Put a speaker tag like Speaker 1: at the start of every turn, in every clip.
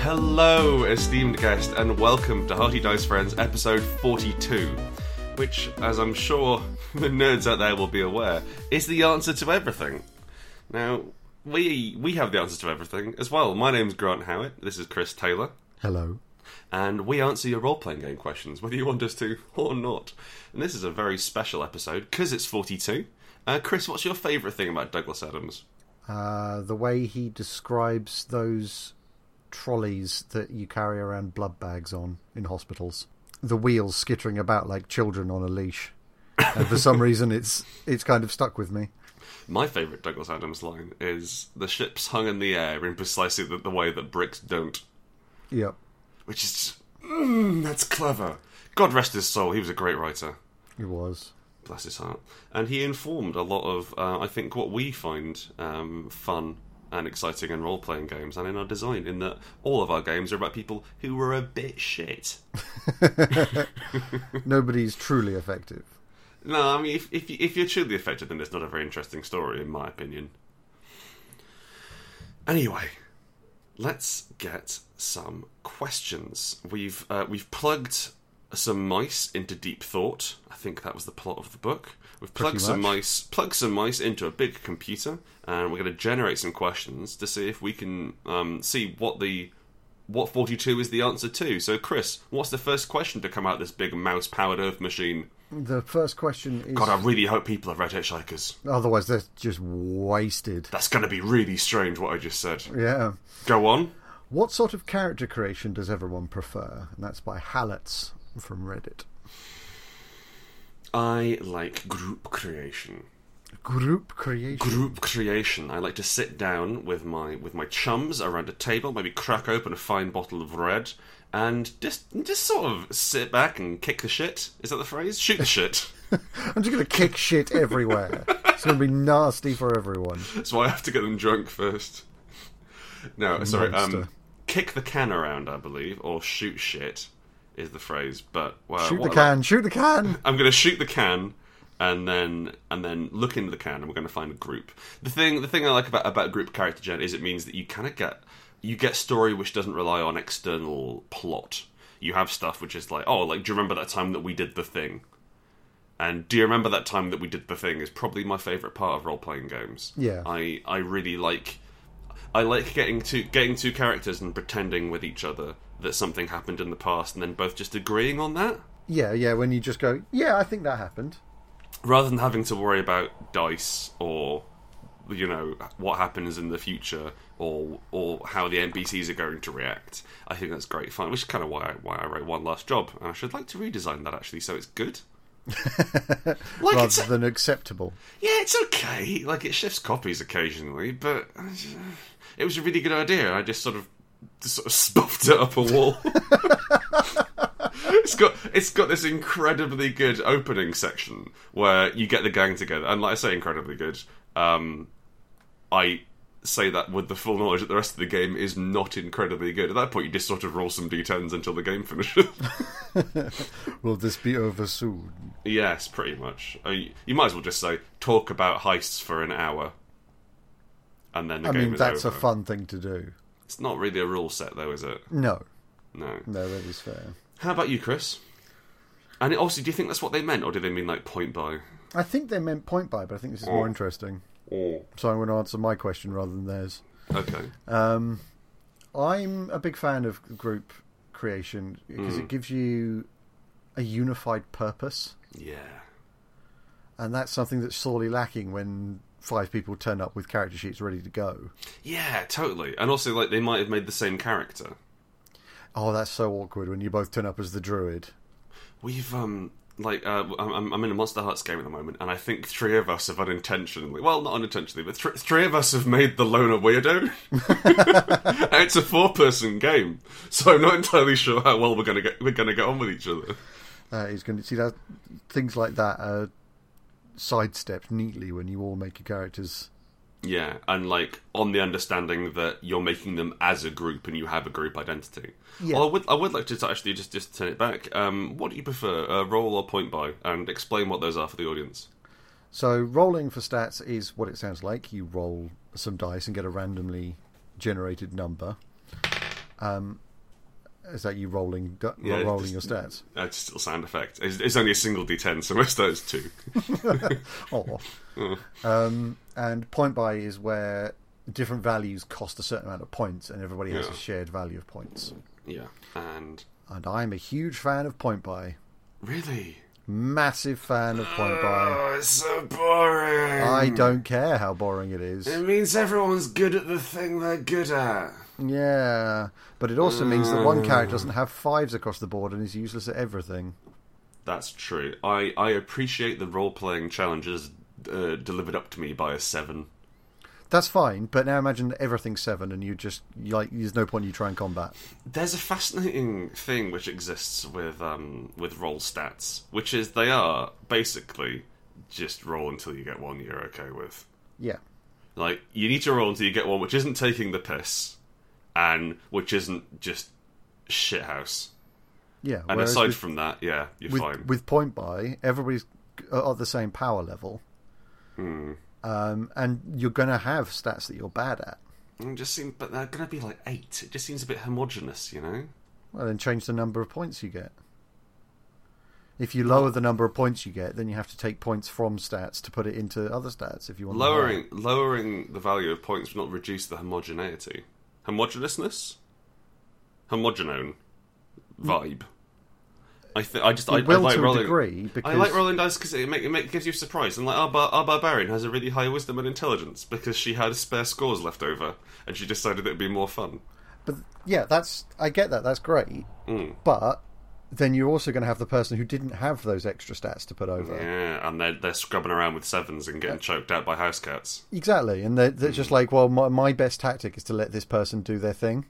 Speaker 1: Hello, esteemed guest, and welcome to Hearty Dice Friends episode 42, which, as I'm sure the nerds out there will be aware, is the answer to everything. Now, we we have the answer to everything as well. My name's Grant Howitt, this is Chris Taylor,
Speaker 2: Hello.
Speaker 1: and we answer your role playing game questions, whether you want us to or not. And this is a very special episode because it's 42. Uh, Chris, what's your favourite thing about Douglas Adams?
Speaker 2: Uh, the way he describes those trolleys that you carry around blood bags on in hospitals, the wheels skittering about like children on a leash. And for some reason, it's it's kind of stuck with me.
Speaker 1: My favourite Douglas Adams line is the ships hung in the air in precisely the, the way that bricks don't,
Speaker 2: Yep.
Speaker 1: which is just, mm, that's clever. God rest his soul, he was a great writer.
Speaker 2: It was.
Speaker 1: Bless his heart. And he informed a lot of, uh, I think, what we find um, fun and exciting in role playing games and in our design, in that all of our games are about people who were a bit shit.
Speaker 2: Nobody's truly effective.
Speaker 1: No, I mean, if, if, you- if you're truly affected, then it's not a very interesting story, in my opinion. Anyway, let's get some questions. We've uh, we've plugged some mice into deep thought. I think that was the plot of the book. We've plugged some
Speaker 2: much.
Speaker 1: mice, plugged some mice into a big computer, and we're going to generate some questions to see if we can um, see what the what forty two is the answer to. So, Chris, what's the first question to come out of this big mouse powered Earth machine?
Speaker 2: The first question is.
Speaker 1: God, I really hope people have read Hitchhikers.
Speaker 2: Otherwise, they're just wasted.
Speaker 1: That's going to be really strange what I just said.
Speaker 2: Yeah.
Speaker 1: Go on.
Speaker 2: What sort of character creation does everyone prefer? And that's by Hallets from Reddit.
Speaker 1: I like group creation.
Speaker 2: Group creation.
Speaker 1: Group creation. I like to sit down with my with my chums around a table, maybe crack open a fine bottle of red, and just just sort of sit back and kick the shit. Is that the phrase? Shoot the shit.
Speaker 2: I'm just going to kick shit everywhere. it's going to be nasty for everyone.
Speaker 1: That's why I have to get them drunk first. No, sorry. Um,
Speaker 2: Monster.
Speaker 1: kick the can around, I believe, or shoot shit is the phrase. But well,
Speaker 2: Shoot
Speaker 1: what
Speaker 2: the
Speaker 1: I like-
Speaker 2: can, shoot the can.
Speaker 1: I'm gonna shoot the can, and then and then look into the can, and we're gonna find a group. The thing the thing I like about about group character gen is it means that you kind of get you get story which doesn't rely on external plot. You have stuff which is like, oh, like do you remember that time that we did the thing? And do you remember that time that we did the thing? Is probably my favorite part of role playing games.
Speaker 2: Yeah.
Speaker 1: I I really like. I like getting two getting two characters and pretending with each other that something happened in the past, and then both just agreeing on that.
Speaker 2: Yeah, yeah, when you just go, yeah, I think that happened.
Speaker 1: rather than having to worry about dice or you know what happens in the future or or how the NPCs are going to react. I think that's great fun, which is kind of why I, why I wrote One Last Job, and I should like to redesign that actually so it's good. like it's
Speaker 2: Rather than acceptable.
Speaker 1: yeah, it's okay. Like it shifts copies occasionally, but I just- it was a really good idea, and I just sort of just sort of stuffed it up a wall. it's got it's got this incredibly good opening section where you get the gang together, and like I say, incredibly good. Um, I say that with the full knowledge that the rest of the game is not incredibly good. At that point, you just sort of roll some d10s until the game finishes.
Speaker 2: Will this be over soon?
Speaker 1: yes, pretty much. Uh, You you might as well just say talk about heists for an hour. And then the
Speaker 2: I
Speaker 1: game
Speaker 2: mean,
Speaker 1: is
Speaker 2: that's a
Speaker 1: over.
Speaker 2: fun thing to do.
Speaker 1: It's not really a rule set, though, is it?
Speaker 2: No,
Speaker 1: No.
Speaker 2: no, that is fair.
Speaker 1: How about you, Chris? And it, also, do you think that's what they meant, or do they mean like point by?
Speaker 2: I think they meant point by, but I think this is more interesting.
Speaker 1: Or
Speaker 2: So I'm going to answer my question rather than theirs. Um,
Speaker 1: okay,
Speaker 2: I'm a big fan of group creation because it gives you a unified purpose.
Speaker 1: yeah,
Speaker 2: And that's something that's sorely lacking when five people turn up with character sheets ready to go.
Speaker 1: yeah, totally. And also, like they might have made the same character.
Speaker 2: Oh, that's so awkward when you both turn up as the druid.
Speaker 1: We've um like uh, I'm- I'm, I'm in a Monster Hearts game at the moment, and I think three of us have unintentionally, well, not unintentionally, but th- three of us have made the loner weirdo. and it's a four-person game, so I'm not entirely sure how well we're gonna get we're gonna get on with each other.
Speaker 2: Uh, he's going to see that things like that are sidestepped neatly when you all make your characters.
Speaker 1: Yeah, and like on the understanding that you're making them as a group and you have a group identity.
Speaker 2: Yeah.
Speaker 1: Well, I would I would like to actually just just turn it back. Um, what do you prefer, uh, roll or point by, and explain what those are for the audience?
Speaker 2: So rolling for stats is what it sounds like. You roll some dice and get a randomly generated number. Um, is that you rolling du-
Speaker 1: Yeah,
Speaker 2: rolling your
Speaker 1: just-
Speaker 2: stats?
Speaker 1: That's still sound effect. It's, it's only a single d10, so most of that is two.
Speaker 2: Oh. um, and point buy is where different values cost a certain amount of points, and everybody has
Speaker 1: Yeah.
Speaker 2: a shared value of points.
Speaker 1: Yeah. And
Speaker 2: And I'm a huge fan of point buy.
Speaker 1: really,
Speaker 2: Massive fan of point buy.
Speaker 1: oh, it's so boring.
Speaker 2: I don't care how boring it is.
Speaker 1: It means everyone's good at the thing they're good at.
Speaker 2: Yeah, but it also means that one character doesn't have fives across the board and is useless at everything.
Speaker 1: That's true. I, I appreciate the role playing challenges uh, delivered up to me by a seven.
Speaker 2: That's fine, but now imagine that everything's seven and you just you like there's no point you try and combat.
Speaker 1: There's a fascinating thing which exists with um, with roll stats, which is they are basically just roll until you get one you're okay with.
Speaker 2: Yeah,
Speaker 1: Like you need to roll until you get one which isn't taking the piss, and which isn't just shithouse.
Speaker 2: yeah.
Speaker 1: And
Speaker 2: whereas
Speaker 1: aside
Speaker 2: with,
Speaker 1: from that, yeah, you're
Speaker 2: with,
Speaker 1: fine.
Speaker 2: with point buy, everybody's uh, at the same power level,
Speaker 1: Hmm.
Speaker 2: um, and you're going to have stats that you're bad at.
Speaker 1: It Mm, just seems, but they're going to be like eight. It just seems a bit homogenous, you know.
Speaker 2: Well, then change the number of points you get. If you lower the number of points you get, then you have to take points from stats to put it into other stats. If you want them higher.
Speaker 1: Lowering lowering the value of points will not reduce the homogeneity. Homogeneousness? Homogenone vibe. I th- I just I, I
Speaker 2: It will
Speaker 1: like
Speaker 2: to
Speaker 1: rolling.
Speaker 2: a degree because
Speaker 1: I like rolling dice because it, make, it make, gives you a surprise. And like our, bar- our barbarian has a really high wisdom and intelligence because she had spare scores left over and she decided it would be more fun.
Speaker 2: But yeah, that's I get that. That's great.
Speaker 1: Hmm.
Speaker 2: But then you're also going to have the person who didn't have those extra stats to put over.
Speaker 1: Yeah, and they're, they're scrubbing around with sevens and getting choked out by house cats.
Speaker 2: Exactly, and they're, they're
Speaker 1: Hmm.
Speaker 2: just like, well, my, my best tactic is to let this person do their thing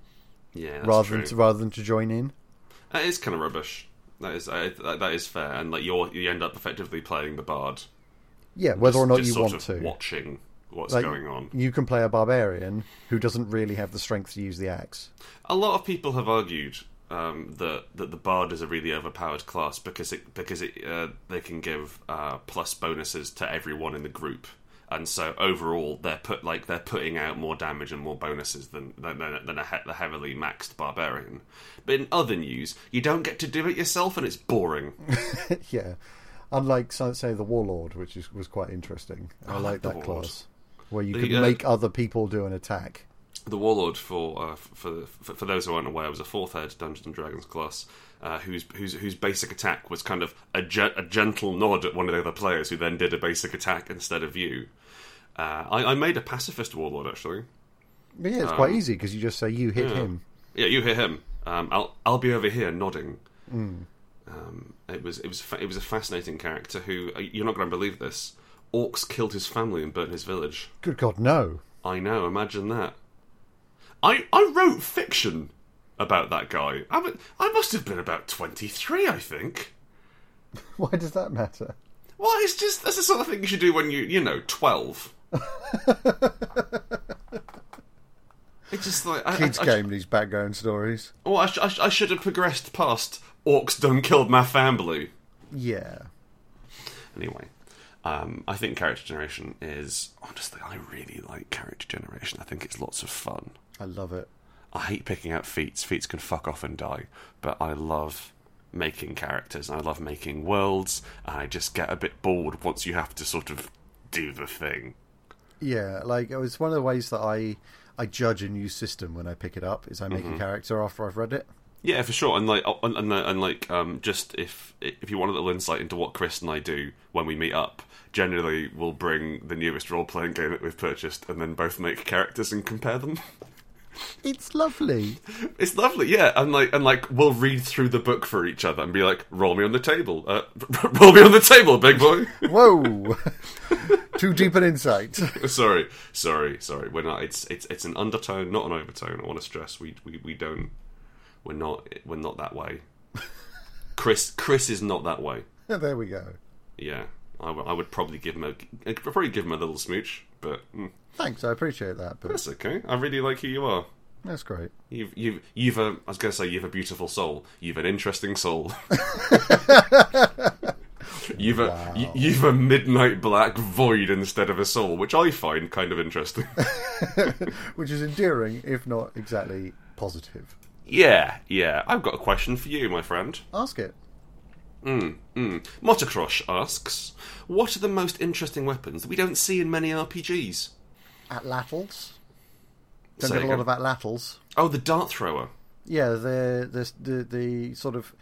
Speaker 1: Yeah, that's
Speaker 2: rather
Speaker 1: true.
Speaker 2: than to, rather than to join in.
Speaker 1: That is kind of rubbish. That is I, that, that is fair, and like you're you end up effectively playing the bard,
Speaker 2: Yeah, whether or
Speaker 1: Just-
Speaker 2: not
Speaker 1: just
Speaker 2: you
Speaker 1: sort
Speaker 2: want to.
Speaker 1: of watching what's
Speaker 2: Like,
Speaker 1: going on.
Speaker 2: You can play a barbarian who doesn't really have the strength to use the axe.
Speaker 1: A lot of people have argued um, that that the bard is a really overpowered class because it because it uh, they can give uh, plus bonuses to everyone in the group. And so overall, they're put like they're putting out more damage and more bonuses than than, than, than a, he- the heavily maxed barbarian. But in other news, you don't get to do it yourself, and it's boring.
Speaker 2: yeah, unlike so- say the warlord, which is, was quite interesting. I,
Speaker 1: like
Speaker 2: like
Speaker 1: Ah, the
Speaker 2: that
Speaker 1: warlord.
Speaker 2: class where you
Speaker 1: The,
Speaker 2: could
Speaker 1: uh,
Speaker 2: make other people do an attack.
Speaker 1: the warlord for uh, f- for, for for those who aren't aware was a fourth head Dungeons and Dragons class uh, whose whose whose basic attack was kind of a, gen- a gentle nod at one of the other players who then did a basic attack instead of you. Uh, I, I made a pacifist warlord actually.
Speaker 2: But yeah, it's quite easy because you just say you hit him.
Speaker 1: Ah. Yeah, you hear him. Um, I'll I'll be over here nodding. Um, it was it was fa- it was a fascinating character who uh, you're not going to believe this. Orcs killed his family and burnt his village.
Speaker 2: Good God, no!
Speaker 1: I know. Imagine that. I I wrote fiction about that guy. I wa- I must have been about twenty three, I think.
Speaker 2: Why does that matter?
Speaker 1: Well, it's just that's the sort of thing you should do when you you know twelve. it's just like I,
Speaker 2: Kids
Speaker 1: I, I,
Speaker 2: game these background stories.
Speaker 1: well, I, sh- I, sh- I should have progressed past orcs done killed my family.
Speaker 2: Yeah,
Speaker 1: Anyway, um, I think character generation is honestly I really like character generation. I think it's lots of fun.
Speaker 2: I love it.
Speaker 1: I hate picking out feats. Feats can fuck off and die. But I love making characters. I love making worlds. And I just get a bit bored once you have to sort of do the thing.
Speaker 2: Yeah, like it was one of the ways that I I judge a new system when I pick it up is I make
Speaker 1: Mm-hmm.
Speaker 2: a character after I've read it.
Speaker 1: Yeah, for sure. And like, and, and, and like, um, just if if you want a little insight into what Chris and I do when we meet up, generally we'll bring the newest role playing game that we've purchased, and then both make characters and compare them.
Speaker 2: It's lovely.
Speaker 1: It's lovely, yeah. And like, and like, we'll read through the book for each other and be like, "Roll me on the table, uh, roll me on the table, big boy."
Speaker 2: Whoa, too deep an insight.
Speaker 1: sorry, sorry, sorry. We're not. It's it's it's an undertone, not an overtone. I want to stress we we, we don't. We're not we're not that way. Chris Chris is not that way.
Speaker 2: there we go.
Speaker 1: Yeah, I would- I would probably give him a I'd probably give him a little smooch, but mm,
Speaker 2: Thanks, I appreciate that, but
Speaker 1: that's okay. I really like who you are.
Speaker 2: that's great.
Speaker 1: You've you've you've a I was going to say you've a beautiful soul. You've an interesting soul. you've a you, you've a midnight black void instead of a soul, which I find kind of interesting.
Speaker 2: Which is endearing, if not exactly positive.
Speaker 1: Yeah, yeah. I've got a question for you, my friend.
Speaker 2: Ask it.
Speaker 1: Mm, mm. Motocrush asks, "What are the most interesting weapons that we don't see in many RPGs?"
Speaker 2: Atlatls. Don't
Speaker 1: Say
Speaker 2: get a
Speaker 1: again.
Speaker 2: lot of atlatls.
Speaker 1: Oh, the dart thrower.
Speaker 2: Yeah, the the the, the sort of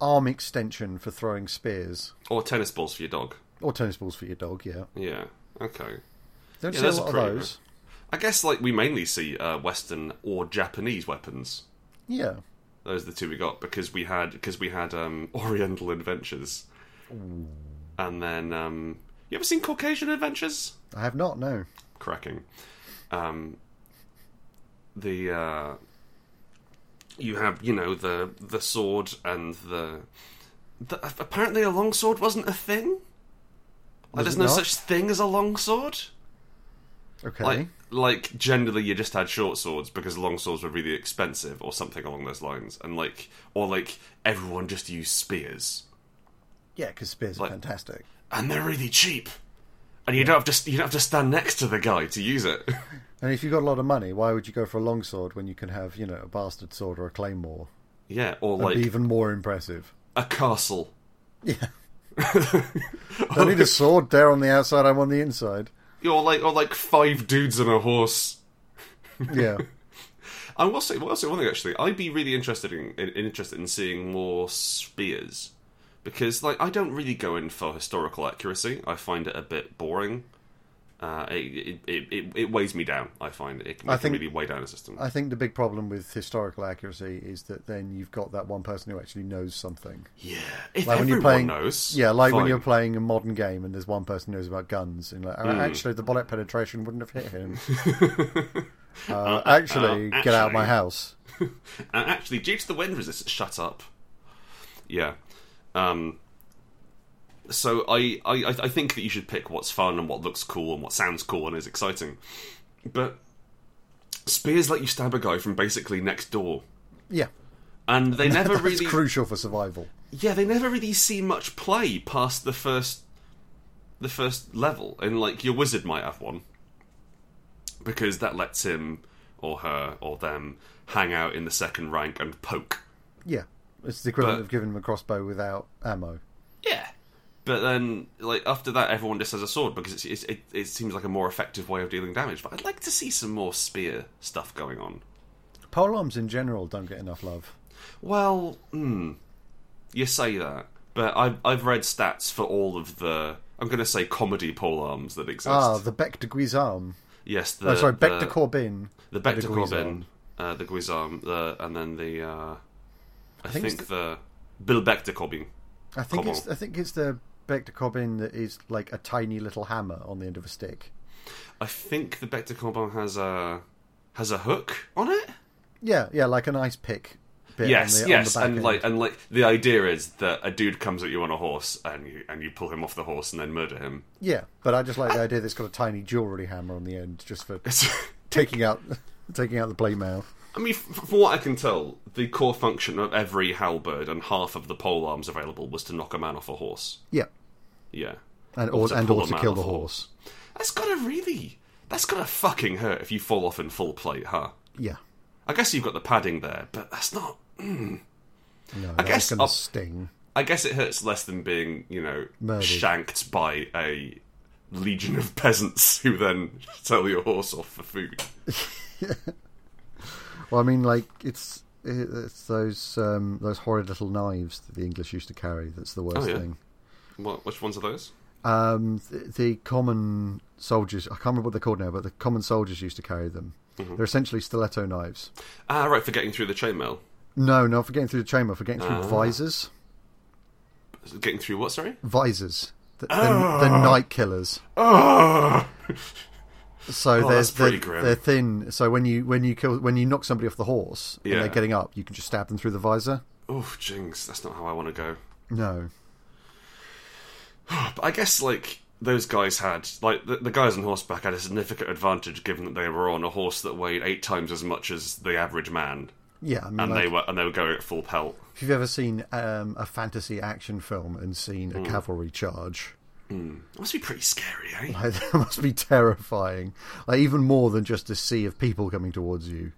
Speaker 2: arm extension for throwing spears
Speaker 1: Or tennis balls for your dog.
Speaker 2: or tennis balls for your dog. Yeah,
Speaker 1: Yeah. Okay.
Speaker 2: don't
Speaker 1: Yeah,
Speaker 2: see a
Speaker 1: those are
Speaker 2: lot of
Speaker 1: pretty
Speaker 2: those.
Speaker 1: I guess like we mainly see uh, Western or Japanese weapons.
Speaker 2: Yeah,
Speaker 1: Those are the two we got because we had because we had um, Oriental Adventures, and then um, you ever seen Caucasian Adventures?
Speaker 2: I have not. No.
Speaker 1: cracking. Um, the uh, you have you know the the sword and the, the apparently a long sword wasn't a thing. Like, there's
Speaker 2: Was it
Speaker 1: no
Speaker 2: not?
Speaker 1: such thing as a long sword.
Speaker 2: Okay.
Speaker 1: Like like generally you just had short swords because long swords were really expensive or something along those lines, and like or like everyone just used spears.
Speaker 2: yeah, because spears
Speaker 1: like-
Speaker 2: are fantastic.
Speaker 1: And they're really cheap, and you don't have to you don't have to stand next to the guy to use it.
Speaker 2: And if you've got a lot of money, why would you go for a longsword when you can have, you know, a bastard sword or a claymore?
Speaker 1: yeah, or
Speaker 2: That'd
Speaker 1: like
Speaker 2: be even more impressive.
Speaker 1: a castle.
Speaker 2: Yeah. I need a sword there on the outside, I'm on the inside.
Speaker 1: Or like, or like five dudes and a horse.
Speaker 2: Yeah.
Speaker 1: I will say, will say one thing actually. I'd be really interested in, in interested in seeing more spears because, like, I don't really go in for historical accuracy. I find it a bit boring. Uh, it, it, it, it, it weighs me down. I find it, can- it
Speaker 2: I
Speaker 1: can
Speaker 2: think-
Speaker 1: really weigh down a system.
Speaker 2: I think the big problem with historical accuracy is that then you've got that one person who actually knows something.
Speaker 1: yeah, if everyone
Speaker 2: Like when you're playing,
Speaker 1: knows,
Speaker 2: yeah, like
Speaker 1: fine.
Speaker 2: when
Speaker 1: Hmm.
Speaker 2: you're playing a modern game and there's one person who knows about guns, and like, oh, actually the bullet penetration wouldn't have hit him. uh, actually,
Speaker 1: uh,
Speaker 2: get out of my
Speaker 1: actually.
Speaker 2: house.
Speaker 1: And actually, due to the wind resistance, shut up. Yeah. Um, so I, I, I I think that you should pick what's fun and what looks cool and what sounds cool and is exciting. But spears let you stab a guy from basically next door.
Speaker 2: Yeah,
Speaker 1: And they never
Speaker 2: that's
Speaker 1: really,
Speaker 2: crucial for survival.
Speaker 1: yeah, they never really see much play past the first, the first level. And like your wizard might have one, because that lets him or her or them hang out in the second rank and poke.
Speaker 2: Yeah, it's the equivalent
Speaker 1: But-
Speaker 2: of giving him a crossbow without ammo.
Speaker 1: Yeah. But then, like after that, everyone just has a sword because it's, it's, it, it seems like a more effective way of dealing damage. But I'd like to see some more spear stuff going on.
Speaker 2: Polearms in general don't get enough love.
Speaker 1: Well, hmm, you say that, but I've I've read stats for all of the I'm going to say comedy pole arms that exist.
Speaker 2: Ah, the Bec de Guisarme.
Speaker 1: yes, the
Speaker 2: Oh, sorry, Bec
Speaker 1: the,
Speaker 2: de Corbin.
Speaker 1: the Bec de
Speaker 2: de
Speaker 1: Corbin, uh, the Guisarme, the and then the uh, I,
Speaker 2: think
Speaker 1: think,
Speaker 2: it's
Speaker 1: the Bill Bec de Corbin.
Speaker 2: I think it's
Speaker 1: Corbin.
Speaker 2: I think it's the Bec de Corbin that is like a tiny little hammer on the end of a stick.
Speaker 1: I think the Bec de Corbin has a has a hook on it.
Speaker 2: Yeah, yeah, like an ice pick. Bit
Speaker 1: yes,
Speaker 2: on the,
Speaker 1: yes,
Speaker 2: on the back
Speaker 1: and
Speaker 2: end.
Speaker 1: like and like the idea is that a dude comes at you on a horse and you and you pull him off the horse and then murder him.
Speaker 2: yeah, but I just like the idea that it's got a tiny jewelry hammer on the end, just for
Speaker 1: I
Speaker 2: taking out taking out the play mail.
Speaker 1: mean, f- from what I can tell, the core function of every halberd and half of the pole arms available was to knock a man off a horse.
Speaker 2: Yeah,
Speaker 1: Yeah,
Speaker 2: and
Speaker 1: Or
Speaker 2: or,
Speaker 1: to
Speaker 2: and
Speaker 1: pull
Speaker 2: or
Speaker 1: a
Speaker 2: to
Speaker 1: man
Speaker 2: kill
Speaker 1: off
Speaker 2: the
Speaker 1: a
Speaker 2: horse.
Speaker 1: that's gotta really, that's gotta fucking hurt if you fall off in full plate, huh?
Speaker 2: Yeah,
Speaker 1: I guess you've got the padding there, but that's not.
Speaker 2: no, that's
Speaker 1: guess
Speaker 2: gonna
Speaker 1: I'll-
Speaker 2: sting.
Speaker 1: I guess it hurts less than being, you know,
Speaker 2: Murdered.
Speaker 1: shanked by a legion of peasants who then sell your horse off for food.
Speaker 2: Well, I mean, like it's it's those um, those horrid little knives that the English used to carry. That's the worst
Speaker 1: Oh, yeah.
Speaker 2: thing.
Speaker 1: What? Which ones are those?
Speaker 2: Um, the, the common soldiers, I can't remember what they're called now, but the common soldiers used to carry them.
Speaker 1: Mm-hmm.
Speaker 2: They're essentially stiletto knives.
Speaker 1: Ah, right, for getting through the chainmail.
Speaker 2: No, no, for getting through the chamber, for getting through
Speaker 1: Uh-huh.
Speaker 2: visors,
Speaker 1: Getting through what, sorry?
Speaker 2: visors. Th- They're, they're night killers.
Speaker 1: Oh!
Speaker 2: So
Speaker 1: that's
Speaker 2: they're,
Speaker 1: pretty
Speaker 2: they're,
Speaker 1: grim.
Speaker 2: they're thin. So when you when you kill when you knock somebody off the horse and
Speaker 1: Yeah.
Speaker 2: they're getting up, you can just stab them through the visor.
Speaker 1: oh, jinx, that's not how I want to go.
Speaker 2: No,
Speaker 1: But I guess, like, those guys had, like, the, the guys on horseback had a significant advantage given that they were on a horse that weighed eight times as much as the average man.
Speaker 2: yeah, I mean,
Speaker 1: And
Speaker 2: like,
Speaker 1: they were and they were going at full pelt.
Speaker 2: If you've ever seen um, a fantasy action film and seen
Speaker 1: Hmm.
Speaker 2: a cavalry charge,
Speaker 1: It must be pretty scary, eh?
Speaker 2: like, that must be terrifying. Like even more than just a sea of people coming towards you.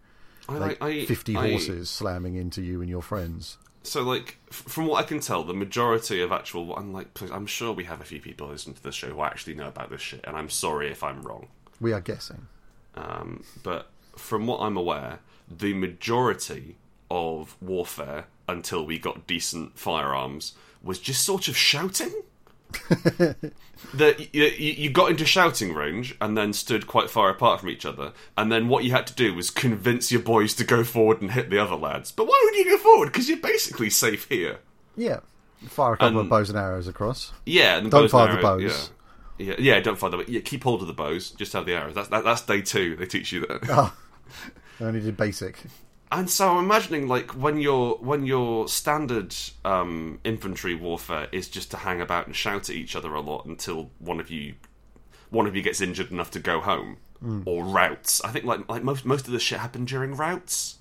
Speaker 1: I
Speaker 2: like
Speaker 1: like I,
Speaker 2: 50
Speaker 1: I-
Speaker 2: horses slamming into you and your friends.
Speaker 1: So, like, f- from what I can tell, the majority of actual, I'm like, please, I'm sure we have a few people listening to this show who actually know about this shit, and I'm sorry if I'm wrong.
Speaker 2: We are guessing.
Speaker 1: Um, but from what I'm aware, the majority of warfare until we got decent firearms was just sort of shouting. that you, you you got into shouting range and then stood quite far apart from each other, and then what you had to do was convince your boys to go forward and hit the other lads. But why would you go forward? Because you're basically safe here.
Speaker 2: Yeah. Fire a couple
Speaker 1: And-
Speaker 2: of bows and arrows across.
Speaker 1: Yeah, and
Speaker 2: Don't
Speaker 1: bows
Speaker 2: fire
Speaker 1: and
Speaker 2: the
Speaker 1: arrows,
Speaker 2: bows.
Speaker 1: Yeah. yeah, yeah, don't fire the. Yeah, keep hold of the bows. Just have the arrows. That's that, that's day two. They teach you that.
Speaker 2: Ah, I only did basic.
Speaker 1: And so I'm imagining like when your when your standard um, infantry warfare is just to hang about and shout at each other a lot until one of you one of you gets injured enough to go home or routes. I think like like most most of the shit happened during routes.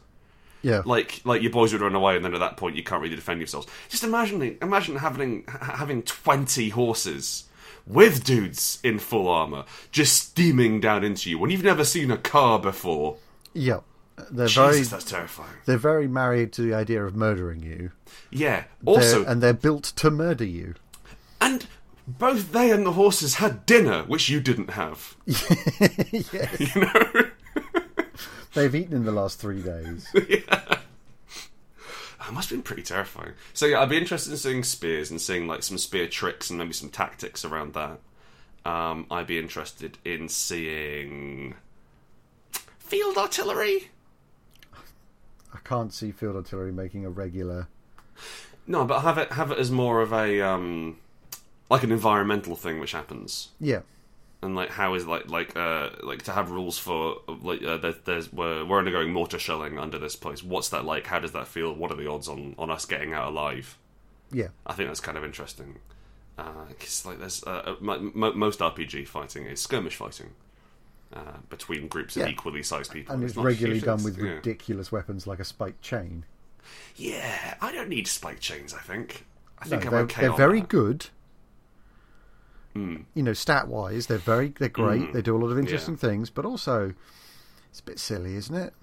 Speaker 2: Yeah.
Speaker 1: Like like your boys would run away and then at that point you can't really defend yourselves. Just imagining imagine having ha- having 20 horses with dudes in full armor just steaming down into you when you've never seen a car before.
Speaker 2: yeah. They're
Speaker 1: Jesus,
Speaker 2: very
Speaker 1: that's terrifying.
Speaker 2: they're very married to the idea of murdering you.
Speaker 1: Yeah.
Speaker 2: They're-
Speaker 1: Also,
Speaker 2: and they're built to murder you.
Speaker 1: And both they and the horses had dinner, which you didn't have.
Speaker 2: yes.
Speaker 1: You know?
Speaker 2: They've eaten in the last three days.
Speaker 1: That must have been pretty terrifying. So yeah, I'd be interested in seeing spears and seeing like some spear tricks and maybe some tactics around that. Um, I'd be interested in seeing field artillery.
Speaker 2: I can't see field artillery making a regular.
Speaker 1: No, but have it have it as more of a um, like an environmental thing which happens.
Speaker 2: Yeah.
Speaker 1: and like how is like like uh like to have rules for like uh, there, there's we're, we're undergoing mortar shelling under this place what's that like how does that feel what are the odds on on us getting out alive
Speaker 2: Yeah.
Speaker 1: i think that's kind of interesting because like there's uh, mo mo- most rpg fighting is skirmish fighting uh, between groups of
Speaker 2: Yeah.
Speaker 1: equally sized people
Speaker 2: And it's
Speaker 1: not
Speaker 2: regularly
Speaker 1: huge,
Speaker 2: done
Speaker 1: Oh, it's-
Speaker 2: with
Speaker 1: yeah.
Speaker 2: ridiculous weapons like a spiked chain.
Speaker 1: yeah i don't need spike chains i think i
Speaker 2: No,
Speaker 1: think i'm
Speaker 2: they're,
Speaker 1: okay
Speaker 2: they're
Speaker 1: on
Speaker 2: very
Speaker 1: that. Hmm.
Speaker 2: good. You know, stat wise, they're very they're great. They do a lot of interesting things, but also it's a bit silly, isn't it?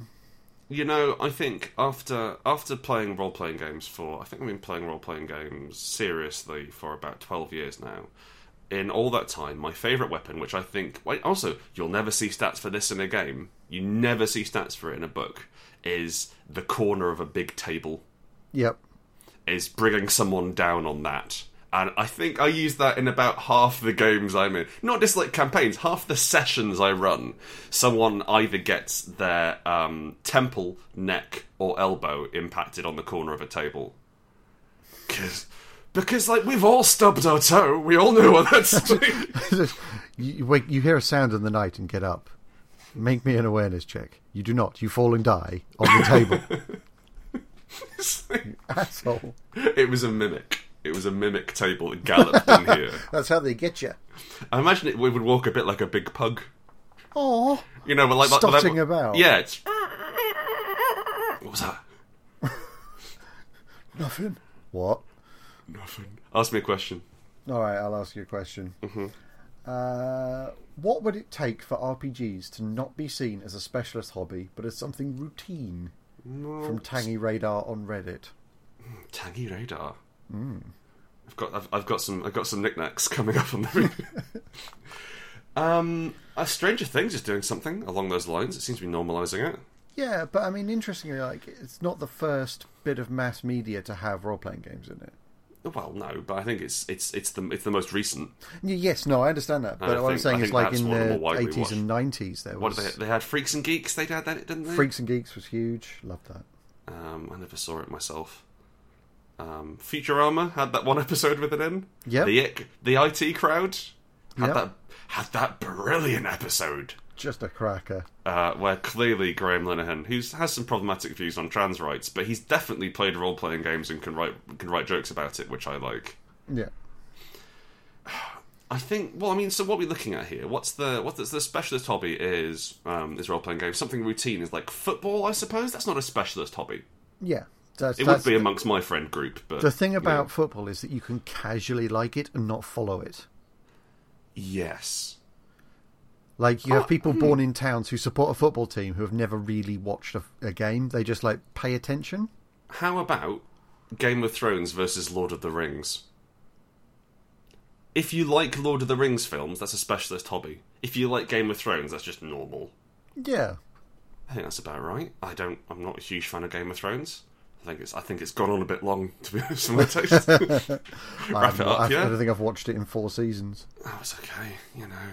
Speaker 1: You know, I think after after playing role playing games for I think I've been playing role playing games seriously for about twelve years now. In all that time, my favorite weapon, which I think wait, also you'll never see stats for this in a game. You never see stats for it in a book. Is the corner of a big table
Speaker 2: Yep.
Speaker 1: is bringing someone down on that. And I think I use that in about half the games I'm in. Not just like campaigns, half the sessions I run. Someone either gets their um, temple, neck, or elbow impacted on the corner of a table. Cause, because, like, we've all stubbed our toe. We all know what that's like.
Speaker 2: you, you wake, you hear a sound in the night and get up. Make me an awareness check. You do not. You fall and die on the table. Asshole.
Speaker 1: It was a mimic. It was a mimic table that galloped in here.
Speaker 2: That's how they get you.
Speaker 1: I imagine it would walk a bit like a big pug.
Speaker 2: Oh,
Speaker 1: You know, but like but
Speaker 2: Strutting
Speaker 1: that,
Speaker 2: about.
Speaker 1: Yeah, it's. What was that?
Speaker 2: nothing. What?
Speaker 1: Nothing. Ask me a question.
Speaker 2: All right, I'll ask you a question.
Speaker 1: Mm-hmm.
Speaker 2: Uh, what would it take for RPGs to not be seen as a specialist hobby, but as something routine? From Tangy Radar on Reddit.
Speaker 1: Tangy radar.
Speaker 2: Hmm.
Speaker 1: I've got I've, I've got some I've got some knickknacks coming up on the. um, uh, Stranger Things is doing something along those lines. It seems to be normalising it.
Speaker 2: Yeah, but I mean, interestingly, like it's not the first bit of mass media to have role-playing games in it.
Speaker 1: Well, no, but I think it's it's it's the it's the most recent.
Speaker 2: Y- Yes, no, I understand that, but
Speaker 1: I
Speaker 2: what
Speaker 1: think-
Speaker 2: I'm
Speaker 1: I
Speaker 2: saying is,
Speaker 1: think
Speaker 2: like
Speaker 1: that's
Speaker 2: in
Speaker 1: one of the
Speaker 2: the
Speaker 1: more widely
Speaker 2: 80s and 90s, there
Speaker 1: What
Speaker 2: was
Speaker 1: did they they had Freaks and Geeks. They had that, didn't they?
Speaker 2: Freaks and Geeks was huge. Loved that.
Speaker 1: Um, I never saw it myself. Um, Futurama had that one episode with it in.
Speaker 2: Yep.
Speaker 1: The ick, the IT crowd had
Speaker 2: Yep.
Speaker 1: that had that brilliant episode.
Speaker 2: Just a cracker.
Speaker 1: uh, where clearly Graham Linehan, who has some problematic views on trans rights, but he's definitely played role playing games and can write can write jokes about it, which I like.
Speaker 2: Yeah.
Speaker 1: I think. Well, I mean, so what we're looking at here? What's the what's the, the specialist hobby is um, is role playing games. Something routine is like football, I suppose. That's not a specialist hobby.
Speaker 2: Yeah. That's,
Speaker 1: It
Speaker 2: that's
Speaker 1: would be amongst my friend group, but
Speaker 2: the thing about football is that you can casually like it and not follow it.
Speaker 1: yes,
Speaker 2: Like you have
Speaker 1: hmm.
Speaker 2: people born in towns who support a football team who have never really watched a, a game. They just like pay attention.
Speaker 1: How about Game of Thrones versus Lord of the Rings? If you like Lord of the Rings films, that's a specialist hobby. If you like Game of Thrones, that's just normal.
Speaker 2: Yeah,
Speaker 1: I think that's about right. I don't. I'm not a huge fan of Game of Thrones. I think it's. I think it's gone on a bit long to be honest with my taste. Wrap
Speaker 2: I'm
Speaker 1: it
Speaker 2: not-
Speaker 1: up,
Speaker 2: I, I
Speaker 1: Oh, yeah.
Speaker 2: don't think I've watched it in four seasons.
Speaker 1: That was okay, you know.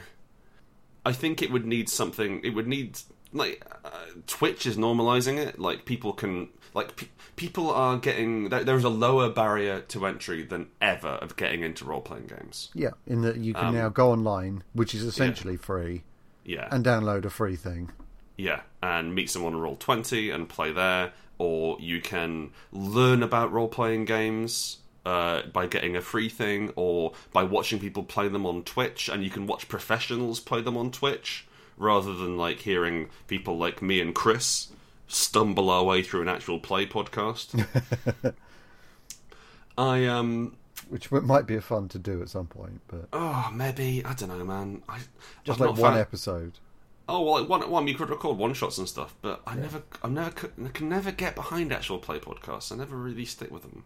Speaker 1: I think it would need something. It would need like uh, Twitch is normalizing it. Like people can like pe- people are getting there, there is a lower barrier to entry than ever of getting into role playing games.
Speaker 2: Yeah, in that you can
Speaker 1: Um,
Speaker 2: now go online, which is essentially free,
Speaker 1: Yeah,
Speaker 2: and download a free thing.
Speaker 1: yeah, and meet someone on roll twenty and play there, or you can learn about role playing games. Uh, by getting a free thing or by watching people play them on Twitch, and you can watch professionals play them on Twitch rather than like hearing people like me and Chris stumble our way through an actual play podcast. I um
Speaker 2: which w- might be fun to do at some point, but
Speaker 1: oh maybe I don't know man I
Speaker 2: just
Speaker 1: I'm
Speaker 2: like
Speaker 1: not
Speaker 2: one
Speaker 1: fan-
Speaker 2: episode.
Speaker 1: Oh well, like one, one you could record one shots and stuff, but I never, I never, could, I can never get behind actual play podcasts. I never really stick with them.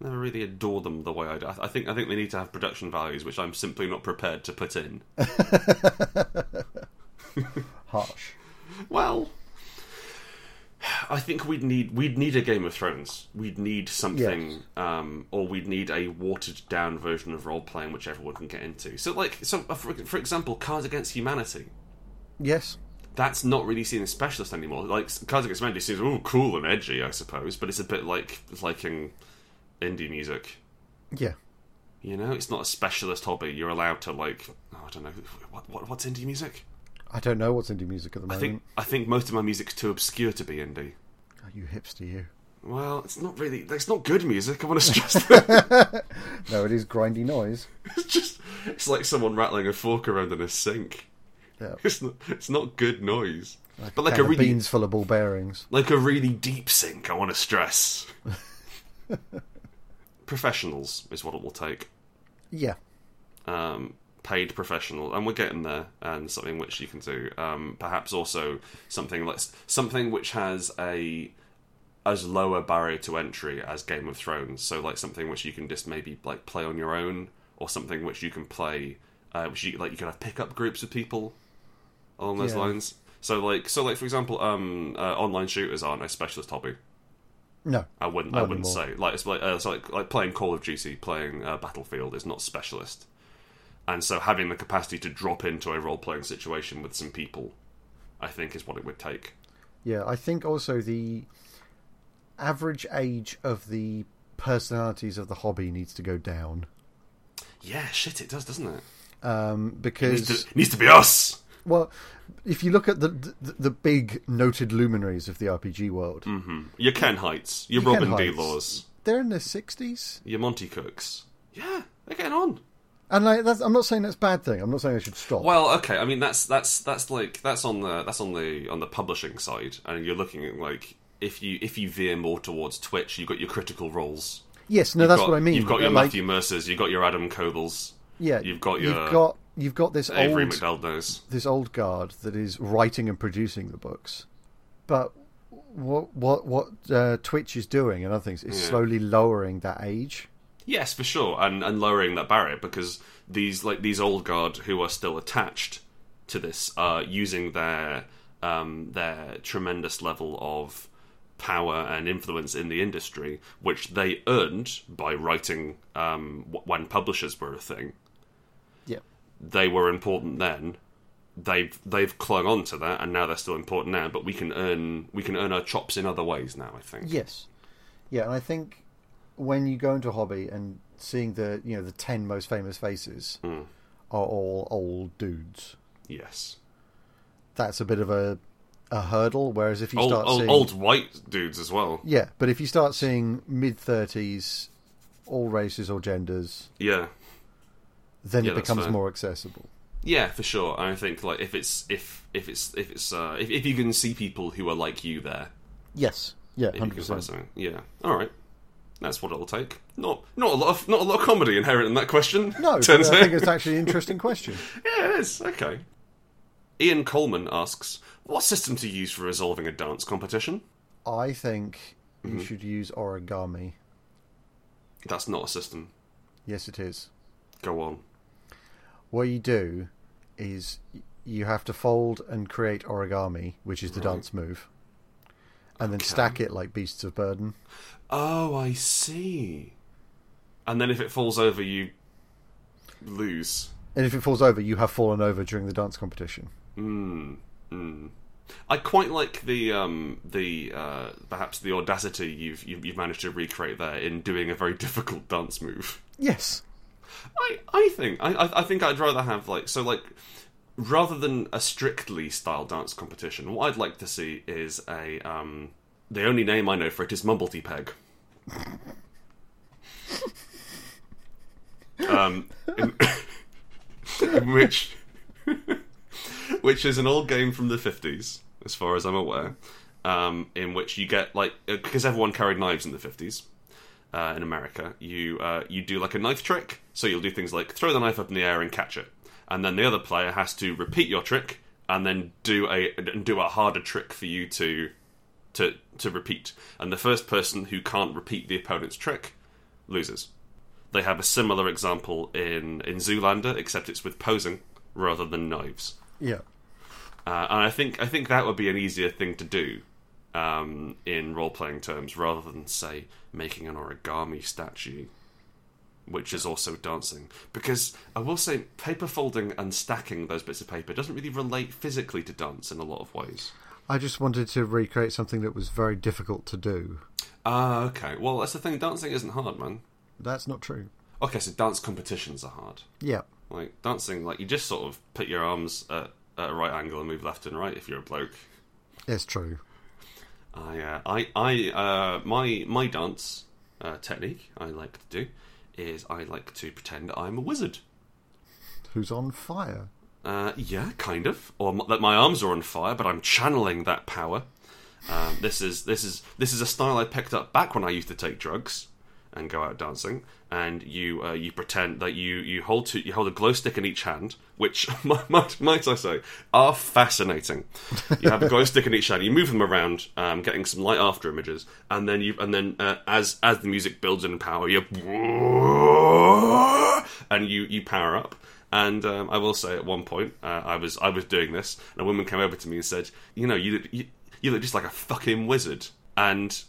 Speaker 1: Never really adore them the way I do. I I think I think they need to have production values, which I'm simply not prepared to put in.
Speaker 2: Harsh.
Speaker 1: well, I think we'd need we'd need a Game of Thrones. We'd need something, um, or we'd need a watered down version of role playing which everyone can get into. So, like, so uh, for, for example, Cards Against Humanity.
Speaker 2: Yes.
Speaker 1: that's not really seen as specialist anymore. Like Cards Against Humanity seems all cool and edgy, I suppose, but it's a bit like it's like in indie music.
Speaker 2: Yeah.
Speaker 1: You know, it's not a specialist hobby. You're allowed to like, oh, I don't know, what, what what's indie music?
Speaker 2: I don't know what's indie music at the
Speaker 1: I
Speaker 2: moment.
Speaker 1: think I think most of my music's too obscure to be indie.
Speaker 2: Oh, you hipster, you.
Speaker 1: Well, it's not really. It's not good music. I want to stress that.
Speaker 2: No, it is grindy noise.
Speaker 1: It's just. It's like someone rattling a fork around in a sink.
Speaker 2: Yeah.
Speaker 1: It's not. It's not good noise. But like
Speaker 2: Can
Speaker 1: a
Speaker 2: of
Speaker 1: really
Speaker 2: beans full of ball bearings.
Speaker 1: like a really deep sink. I want to stress. Professionals is what it will take.
Speaker 2: Yeah.
Speaker 1: Um, paid professional, and we're getting there. And something which you can do. Um, perhaps also something like something which has a as lower barrier to entry as Game of Thrones. So like something which you can just maybe like play on your own, or something which you can play, uh, which you like you can have pickup groups of people along those
Speaker 2: Yeah.
Speaker 1: lines. So like so like for example, um, uh, online shooters aren't a specialist hobby.
Speaker 2: No.
Speaker 1: I wouldn't. I
Speaker 2: Not
Speaker 1: wouldn't
Speaker 2: anymore.
Speaker 1: say like it's like, uh, it's like like playing Call of Duty, playing uh, Battlefield is not specialist, and so having the capacity to drop into a role playing situation with some people, I think is what it would take.
Speaker 2: Yeah, I think also the average age of the personalities of the hobby needs to go down.
Speaker 1: Yeah, shit, it does, doesn't it?
Speaker 2: Um,
Speaker 1: Needs
Speaker 2: because
Speaker 1: to, needs to be us.
Speaker 2: well, if you look at the, the the big noted luminaries of the RPG world,
Speaker 1: hmm Your Ken Heights, your,
Speaker 2: Your Ken
Speaker 1: Robin D.
Speaker 2: Heights.
Speaker 1: Laws,
Speaker 2: they're in their sixties,
Speaker 1: your Monty Cooks. Yeah, they're getting on.
Speaker 2: and like that's, I'm not saying that's a bad thing. I'm not saying they should stop.
Speaker 1: Well, okay. I mean, that's that's that's like that's on the that's on the on the publishing side, and you're looking at like if you if you veer more towards Twitch, you've got your critical roles.
Speaker 2: yes, no, that's
Speaker 1: got-
Speaker 2: what I mean.
Speaker 1: You've got
Speaker 2: but,
Speaker 1: your
Speaker 2: like,
Speaker 1: Matthew Mercers, you've got your Adam Cobles,
Speaker 2: yeah,
Speaker 1: you've got
Speaker 2: you've
Speaker 1: your
Speaker 2: got you've got this
Speaker 1: Avery
Speaker 2: old
Speaker 1: McDonald's.
Speaker 2: this old guard that is writing and producing the books, but what what what uh, Twitch is doing and other things is
Speaker 1: Yeah.
Speaker 2: slowly lowering that age.
Speaker 1: Yes, for sure, and and lowering that barrier because these like these old guard who are still attached to this are using their um, their tremendous level of power and influence in the industry, which they earned by writing um, w- when publishers were a thing.
Speaker 2: Yeah,
Speaker 1: they were important then. They've they've clung on to that, and now they're still important now. But we can earn we can earn our chops in other ways now. I think.
Speaker 2: yes, yeah, and I think when you go into a hobby and seeing the you know the ten most famous faces
Speaker 1: Hmm.
Speaker 2: are all old dudes,
Speaker 1: Yes.
Speaker 2: that's a bit of a a hurdle. Whereas if you
Speaker 1: Old,
Speaker 2: start
Speaker 1: old,
Speaker 2: seeing
Speaker 1: old white dudes as well.
Speaker 2: yeah, but if you start seeing mid thirties, all races, all genders,
Speaker 1: Yeah.
Speaker 2: then
Speaker 1: Yeah,
Speaker 2: it
Speaker 1: that's
Speaker 2: becomes
Speaker 1: fair.
Speaker 2: more accessible.
Speaker 1: Yeah, for sure. And I think like if it's if if it's if it's uh, if if you can see people who are like you there,
Speaker 2: Yes, yeah,
Speaker 1: if you
Speaker 2: hundred
Speaker 1: can find
Speaker 2: percent.
Speaker 1: something. Yeah. All right. That's what it'll take. Not not a lot of not a lot of comedy inherent in that question.
Speaker 2: No, but
Speaker 1: turns
Speaker 2: I
Speaker 1: out.
Speaker 2: think it's actually an interesting question.
Speaker 1: yeah, it is. Okay. Ian Coleman asks, "What system to use for resolving a dance competition?"
Speaker 2: I think you should use origami.
Speaker 1: That's not a system.
Speaker 2: Yes, it is.
Speaker 1: Go on.
Speaker 2: What you do is y- you have to fold and create origami, which is the dance move, and then stack it like beasts of burden.
Speaker 1: Oh, I see. And then if it falls over, you lose.
Speaker 2: And if it falls over, you have fallen over during the dance competition.
Speaker 1: I quite like the um, the uh, perhaps the audacity you've, you've you've managed to recreate there in doing a very difficult dance move.
Speaker 2: Yes.
Speaker 1: I I think I I- I think I'd rather have like so like rather than a strictly style dance competition. What I'd like to see is a um, the only name I know for it is Mumblety Peg. um, in, in which which is an old game from the 50s, as far as I'm aware, um, in which you get like uh, because everyone carried knives in the 50s uh, in America. You uh, you do like a knife trick, so you'll do things like throw the knife up in the air and catch it, and then the other player has to repeat your trick and then do a and do a harder trick for you to to to repeat. And the first person who can't repeat the opponent's trick loses. They have a similar example in in Zoolander, except it's with posing rather than knives.
Speaker 2: Yeah.
Speaker 1: Uh, and I think I think that would be an easier thing to do um, in role playing terms, rather than say making an origami statue, which is also dancing. Because I will say, paper folding and stacking those bits of paper doesn't really relate physically to dance in a lot of ways.
Speaker 2: I just wanted to recreate something that was very difficult to do.
Speaker 1: Ah, okay. Well, that's the thing. Dancing isn't hard, man.
Speaker 2: That's not true.
Speaker 1: Okay, so dance competitions are hard.
Speaker 2: Yeah.
Speaker 1: Like dancing, like you just sort of put your arms at, at a right angle and move left and right if you're a bloke.
Speaker 2: It's true.
Speaker 1: I, uh, I, I, uh, my, my dance uh, technique I like to do is I like to pretend I'm a wizard.
Speaker 2: Who's on fire?
Speaker 1: Uh, yeah, kind of. Or m- that my arms are on fire, but I'm channeling that power. Um, this is this is this is a style I picked up back when I used to take drugs and go out dancing. And you uh, you pretend that you you hold to, you hold a glow stick in each hand, which might, might I say are fascinating. You have a glow stick in each hand. You move them around, um, getting some light after images, and then you and then uh, as as the music builds in power, you and you you power up. And um, I will say, at one point, uh, I was I was doing this, and a woman came over to me and said, "You know, you look, you, you look just like a fucking wizard." And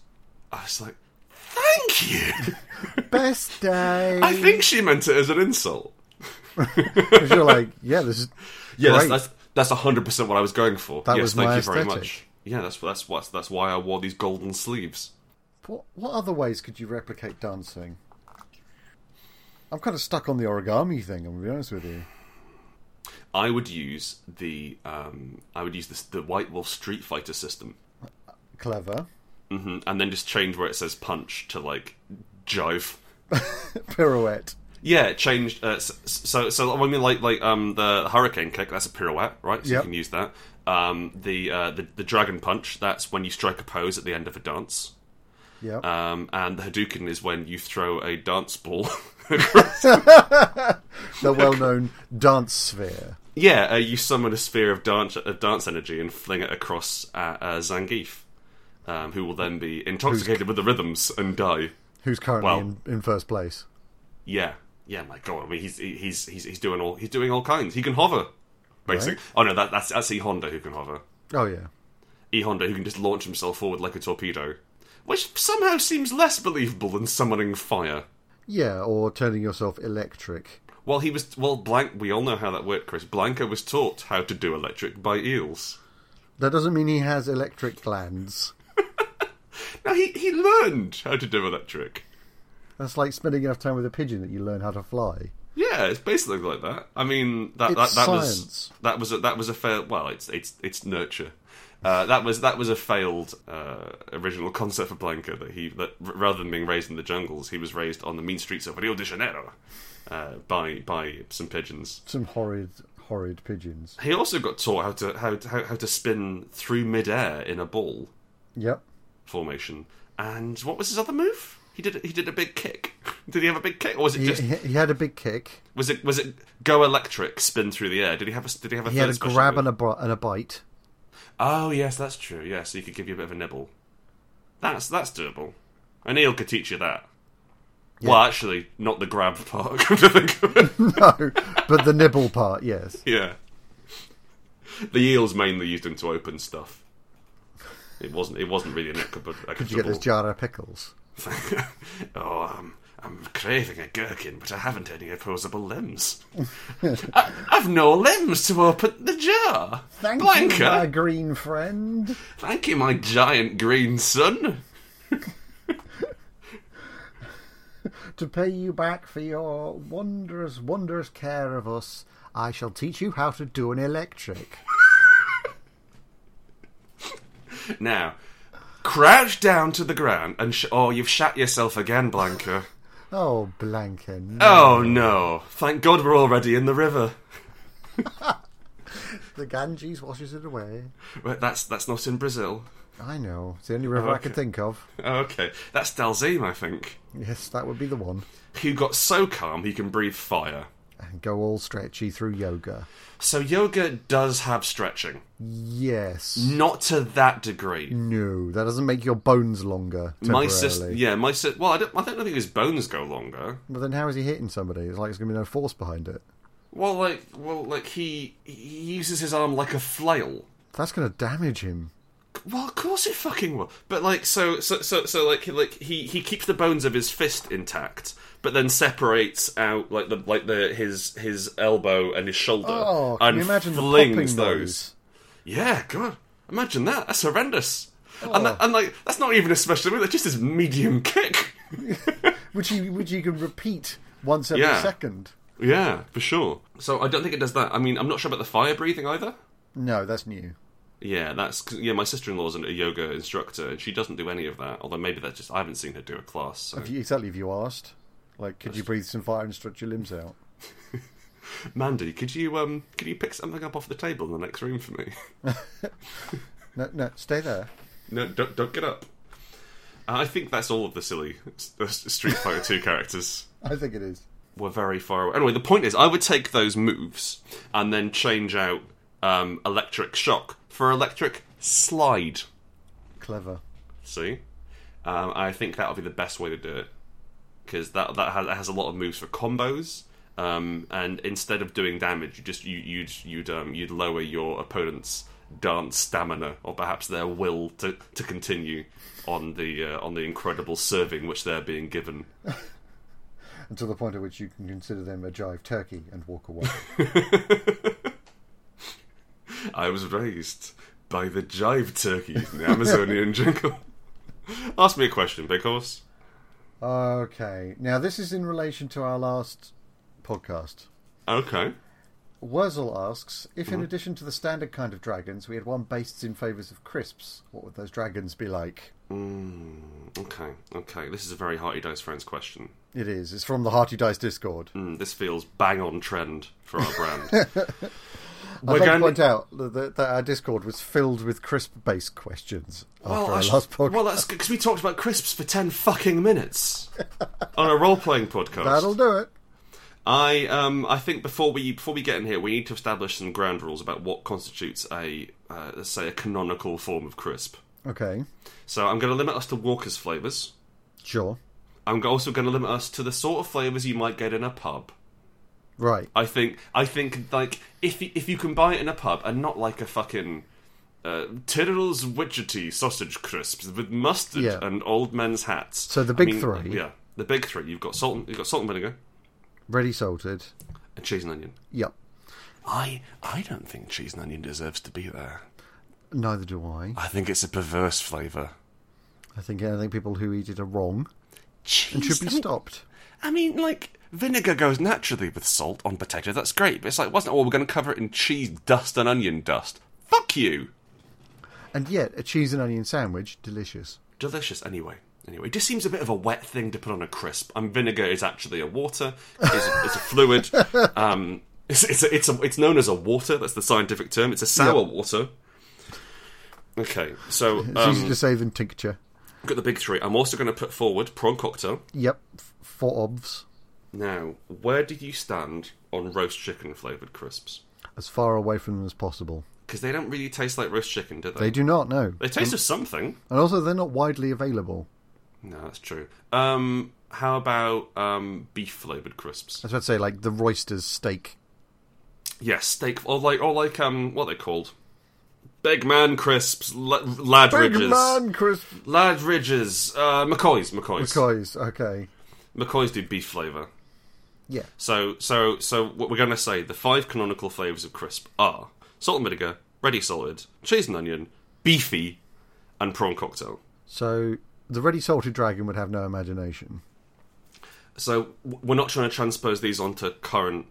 Speaker 1: I was like, "Thank you."
Speaker 2: Best day.
Speaker 1: I think she meant it as an insult.
Speaker 2: 'Cause you're like, yeah, this is
Speaker 1: Yeah,
Speaker 2: great.
Speaker 1: that's that's hundred percent what I was going for.
Speaker 2: That
Speaker 1: yes,
Speaker 2: was
Speaker 1: thank
Speaker 2: my
Speaker 1: you very
Speaker 2: aesthetic.
Speaker 1: much. Yeah, that's that's what that's why I wore these golden sleeves.
Speaker 2: What, what other ways could you replicate dancing? I'm kind of stuck on the origami thing. I'm gonna be honest with you.
Speaker 1: I would use the um, I would use this, the White Wolf Street Fighter system,
Speaker 2: Clever,
Speaker 1: hmm and then just change where it says punch to like jive.
Speaker 2: pirouette.
Speaker 1: Yeah, it changed. Uh, s- so, so I mean, like, like um, the hurricane kick. That's a pirouette, right? So
Speaker 2: Yep.
Speaker 1: you can use that. Um, the, uh, the the dragon punch. That's when you strike a pose at the end of a dance.
Speaker 2: Yeah,
Speaker 1: Um, and the Hadouken is when you throw a dance ball.
Speaker 2: the well-known dance sphere.
Speaker 1: yeah, uh, you summon a sphere of dance of dance energy and fling it across at uh, Zangief, um, who will then be intoxicated with the rhythms and die.
Speaker 2: Who's currently
Speaker 1: Well-
Speaker 2: in, in first place?
Speaker 1: Yeah, yeah, my god, I mean, he's he's he's he's doing all he's doing all kinds. He can hover, basically. Oh no, that, that's that's E Honda who can hover.
Speaker 2: Oh yeah,
Speaker 1: E Honda who can just launch himself forward like a torpedo, which somehow seems less believable than summoning fire.
Speaker 2: yeah. Or turning yourself electric.
Speaker 1: Well, he was well blank. We all know how that worked, Chris. Blanca was taught how to do electric by eels.
Speaker 2: That doesn't mean he has electric glands.
Speaker 1: Now he he learned how to do electric.
Speaker 2: That's like spending enough time with a pigeon that you learn how to fly.
Speaker 1: Yeah, it's basically like that. I mean, that
Speaker 2: It's
Speaker 1: that, that
Speaker 2: science.
Speaker 1: was that was a, that was a fail. Well, it's it's it's nurture. Uh, that was that was a failed uh, original concept for Blanca that he that r- rather than being raised in the jungles, he was raised on the mean streets of Rio de Janeiro uh, by by some pigeons.
Speaker 2: Some horrid, horrid pigeons.
Speaker 1: He also got taught how to how to, how, how to spin through midair in a ball
Speaker 2: Yep.
Speaker 1: formation. And what was his other move? He did he did a big kick. Did he have a big kick, or was it
Speaker 2: He,
Speaker 1: just
Speaker 2: he he had a big kick.
Speaker 1: was it was it go electric, spin through the air? Did he have a did he have a
Speaker 2: He
Speaker 1: third
Speaker 2: had a
Speaker 1: special
Speaker 2: grab
Speaker 1: move?
Speaker 2: and a, bri- and a bite.
Speaker 1: Oh yes, that's true. Yeah, so you could give you a bit of a nibble. That's that's doable. O'Neill could teach you that. Well, actually, not the grab part. come to think of it.
Speaker 2: No, but the nibble part, yes.
Speaker 1: yeah, the eels mainly used him to open stuff. It wasn't. It wasn't really an acceptable.
Speaker 2: Did you get this jar of pickles?
Speaker 1: oh, I'm, I'm craving a gherkin, but I haven't any opposable limbs. I, I've no limbs to open the jar.
Speaker 2: Thank
Speaker 1: Blanca,
Speaker 2: you, my green friend.
Speaker 1: thank you, my giant green son.
Speaker 2: To pay you back for your wondrous, wondrous care of us, I shall teach you how to do an electric.
Speaker 1: Now, crouch down to the ground and sh- oh, you've shat yourself again, Blanca.
Speaker 2: Oh, Blanca. no.
Speaker 1: Oh no! Thank God we're already in the river.
Speaker 2: The Ganges washes it away.
Speaker 1: Right, that's that's not in Brazil.
Speaker 2: I know. It's the only river I could think of.
Speaker 1: Okay, that's Dalzim, I think.
Speaker 2: Yes, that would be the one.
Speaker 1: Who got so calm he can breathe fire.
Speaker 2: And go all stretchy through yoga.
Speaker 1: So yoga does have stretching.
Speaker 2: Yes.
Speaker 1: Not to that degree.
Speaker 2: No, that doesn't make your bones longer.
Speaker 1: My
Speaker 2: Temporarily.
Speaker 1: sister, yeah, my sister. Well, I don't, I don't think his bones go longer.
Speaker 2: But then how is he hitting somebody? It's like there's going to be no force behind it.
Speaker 1: Well, like, well, like he he uses his arm like a flail.
Speaker 2: That's going to damage him.
Speaker 1: Well, of course it fucking will. But like, so, so, so, so, like, like he he keeps the bones of his fist intact, but then separates out like the like the his his elbow and his shoulder,
Speaker 2: Oh, can
Speaker 1: and
Speaker 2: you imagine the
Speaker 1: flings
Speaker 2: popping
Speaker 1: those.
Speaker 2: noise?
Speaker 1: Yeah, God, imagine that. That's horrendous. And,
Speaker 2: Oh.
Speaker 1: that, and like, that's not even a special move. That's just his medium kick.
Speaker 2: Which you, which you can repeat once every
Speaker 1: Yeah.
Speaker 2: second.
Speaker 1: Yeah, for sure. So I don't think it does that. I mean, I'm not sure about the fire breathing either.
Speaker 2: No, that's new.
Speaker 1: Yeah, that's 'cause- yeah. My sister-in-law's an- a yoga instructor, and she doesn't do any of that. Although maybe that's just I haven't seen her do a class. So.
Speaker 2: If you- Exactly, if you asked. Like, could you breathe some fire and stretch your limbs out?
Speaker 1: Mandy, could you um could you pick something up off the table in the next room for me?
Speaker 2: No, no, stay there.
Speaker 1: no, don't don't get up. Uh, I think that's all of the silly s- uh, s- Street Fighter Two characters.
Speaker 2: I think it is.
Speaker 1: were very far away. Anyway, the point is, I would take those moves and then change out um, electric shock for electric slide.
Speaker 2: Clever.
Speaker 1: See, um, I think that would be the best way to do it because that that has, that has a lot of moves for combos. Um, and instead of doing damage, you just you, you'd you'd um, you'd lower your opponent's dance stamina or perhaps their will to, to continue on the uh, on the incredible serving which they're being given.
Speaker 2: Until the point at which you can consider them a jive turkey and walk away.
Speaker 1: I was raised by the jive turkey in the Amazonian jungle. Ask me a question, Big Horse.
Speaker 2: okay. Now, this is in relation to our last podcast.
Speaker 1: Okay.
Speaker 2: Wurzel asks If,
Speaker 1: Mm-hmm.
Speaker 2: in addition to the standard kind of dragons, we had one based in favours of crisps, what would those dragons be like?
Speaker 1: Okay, okay. This is a very hearty dice friends question.
Speaker 2: It is. It's from the Hearty Dice Discord.
Speaker 1: Mm, this feels bang on trend for our brand. We're
Speaker 2: I'd like to
Speaker 1: going-
Speaker 2: point out that, that, that our Discord was filled with crisp based questions after
Speaker 1: well,
Speaker 2: our
Speaker 1: Oh, I sh-
Speaker 2: last podcast.
Speaker 1: well, that's because we talked about crisps for ten fucking minutes on a role playing podcast.
Speaker 2: That'll do it.
Speaker 1: I um I think before we before we get in here, we need to establish some ground rules about what constitutes a uh, let's say a canonical form of crisp.
Speaker 2: Okay.
Speaker 1: So I'm going to limit us to Walker's flavors.
Speaker 2: Sure.
Speaker 1: I'm also going to limit us to the sort of flavors you might get in a pub.
Speaker 2: Right.
Speaker 1: I think I think like if y- if you can buy it in a pub and not like a fucking uh, Tyrrell's Widgety sausage crisps with mustard
Speaker 2: Yeah.
Speaker 1: and old men's hats.
Speaker 2: So the
Speaker 1: I
Speaker 2: big
Speaker 1: mean,
Speaker 2: three.
Speaker 1: yeah, the big three. You've got salt, and, you've got salt and vinegar,
Speaker 2: Ready salted.
Speaker 1: and cheese and onion.
Speaker 2: Yep.
Speaker 1: I I don't think cheese and onion deserves to be there.
Speaker 2: Neither do I.
Speaker 1: I think it's a perverse flavor.
Speaker 2: I think I think people who eat it are wrong
Speaker 1: Cheese
Speaker 2: and should be stopped.
Speaker 1: I mean, like vinegar goes naturally with salt on potato. That's great, but it's like, wasn't it? Well, we're going to cover it in cheese dust and onion dust. Fuck you.
Speaker 2: And yet, a cheese and onion sandwich, delicious.
Speaker 1: Delicious. Anyway, anyway, it just seems a bit of a wet thing to put on a crisp. And vinegar is actually a water. It's, a- it's a fluid. Um, it's it's a, it's, a, it's known as a water. That's the scientific term. It's a sour water. Okay, so
Speaker 2: It's
Speaker 1: um,
Speaker 2: easier to say than tincture.
Speaker 1: Got the big three. I'm also going to put forward prawn cocktail.
Speaker 2: Yep, f- for obvs.
Speaker 1: Now, where do you stand on roast chicken flavored crisps?
Speaker 2: As far away from them as possible.
Speaker 1: Because they don't really taste like roast chicken, do they?
Speaker 2: They do not know.
Speaker 1: They taste of something.
Speaker 2: And also, they're not widely available.
Speaker 1: No, that's true. Um, how about um, beef flavored crisps?
Speaker 2: I was about to say, like the Roysters steak.
Speaker 1: Yes, steak or like or like um, what are they called? Big man crisps, la- lad ridges,
Speaker 2: crisp.
Speaker 1: lad ridges, uh, McCoy's, McCoy's,
Speaker 2: McCoy's, okay.
Speaker 1: McCoy's do beef flavour.
Speaker 2: Yeah.
Speaker 1: So, so, so, what we're going to say the five canonical flavours of crisp are salt and vinegar, ready salted, cheese and onion, beefy, and prawn cocktail.
Speaker 2: So, the ready salted dragon would have no imagination.
Speaker 1: So, w- we're not trying to transpose these onto current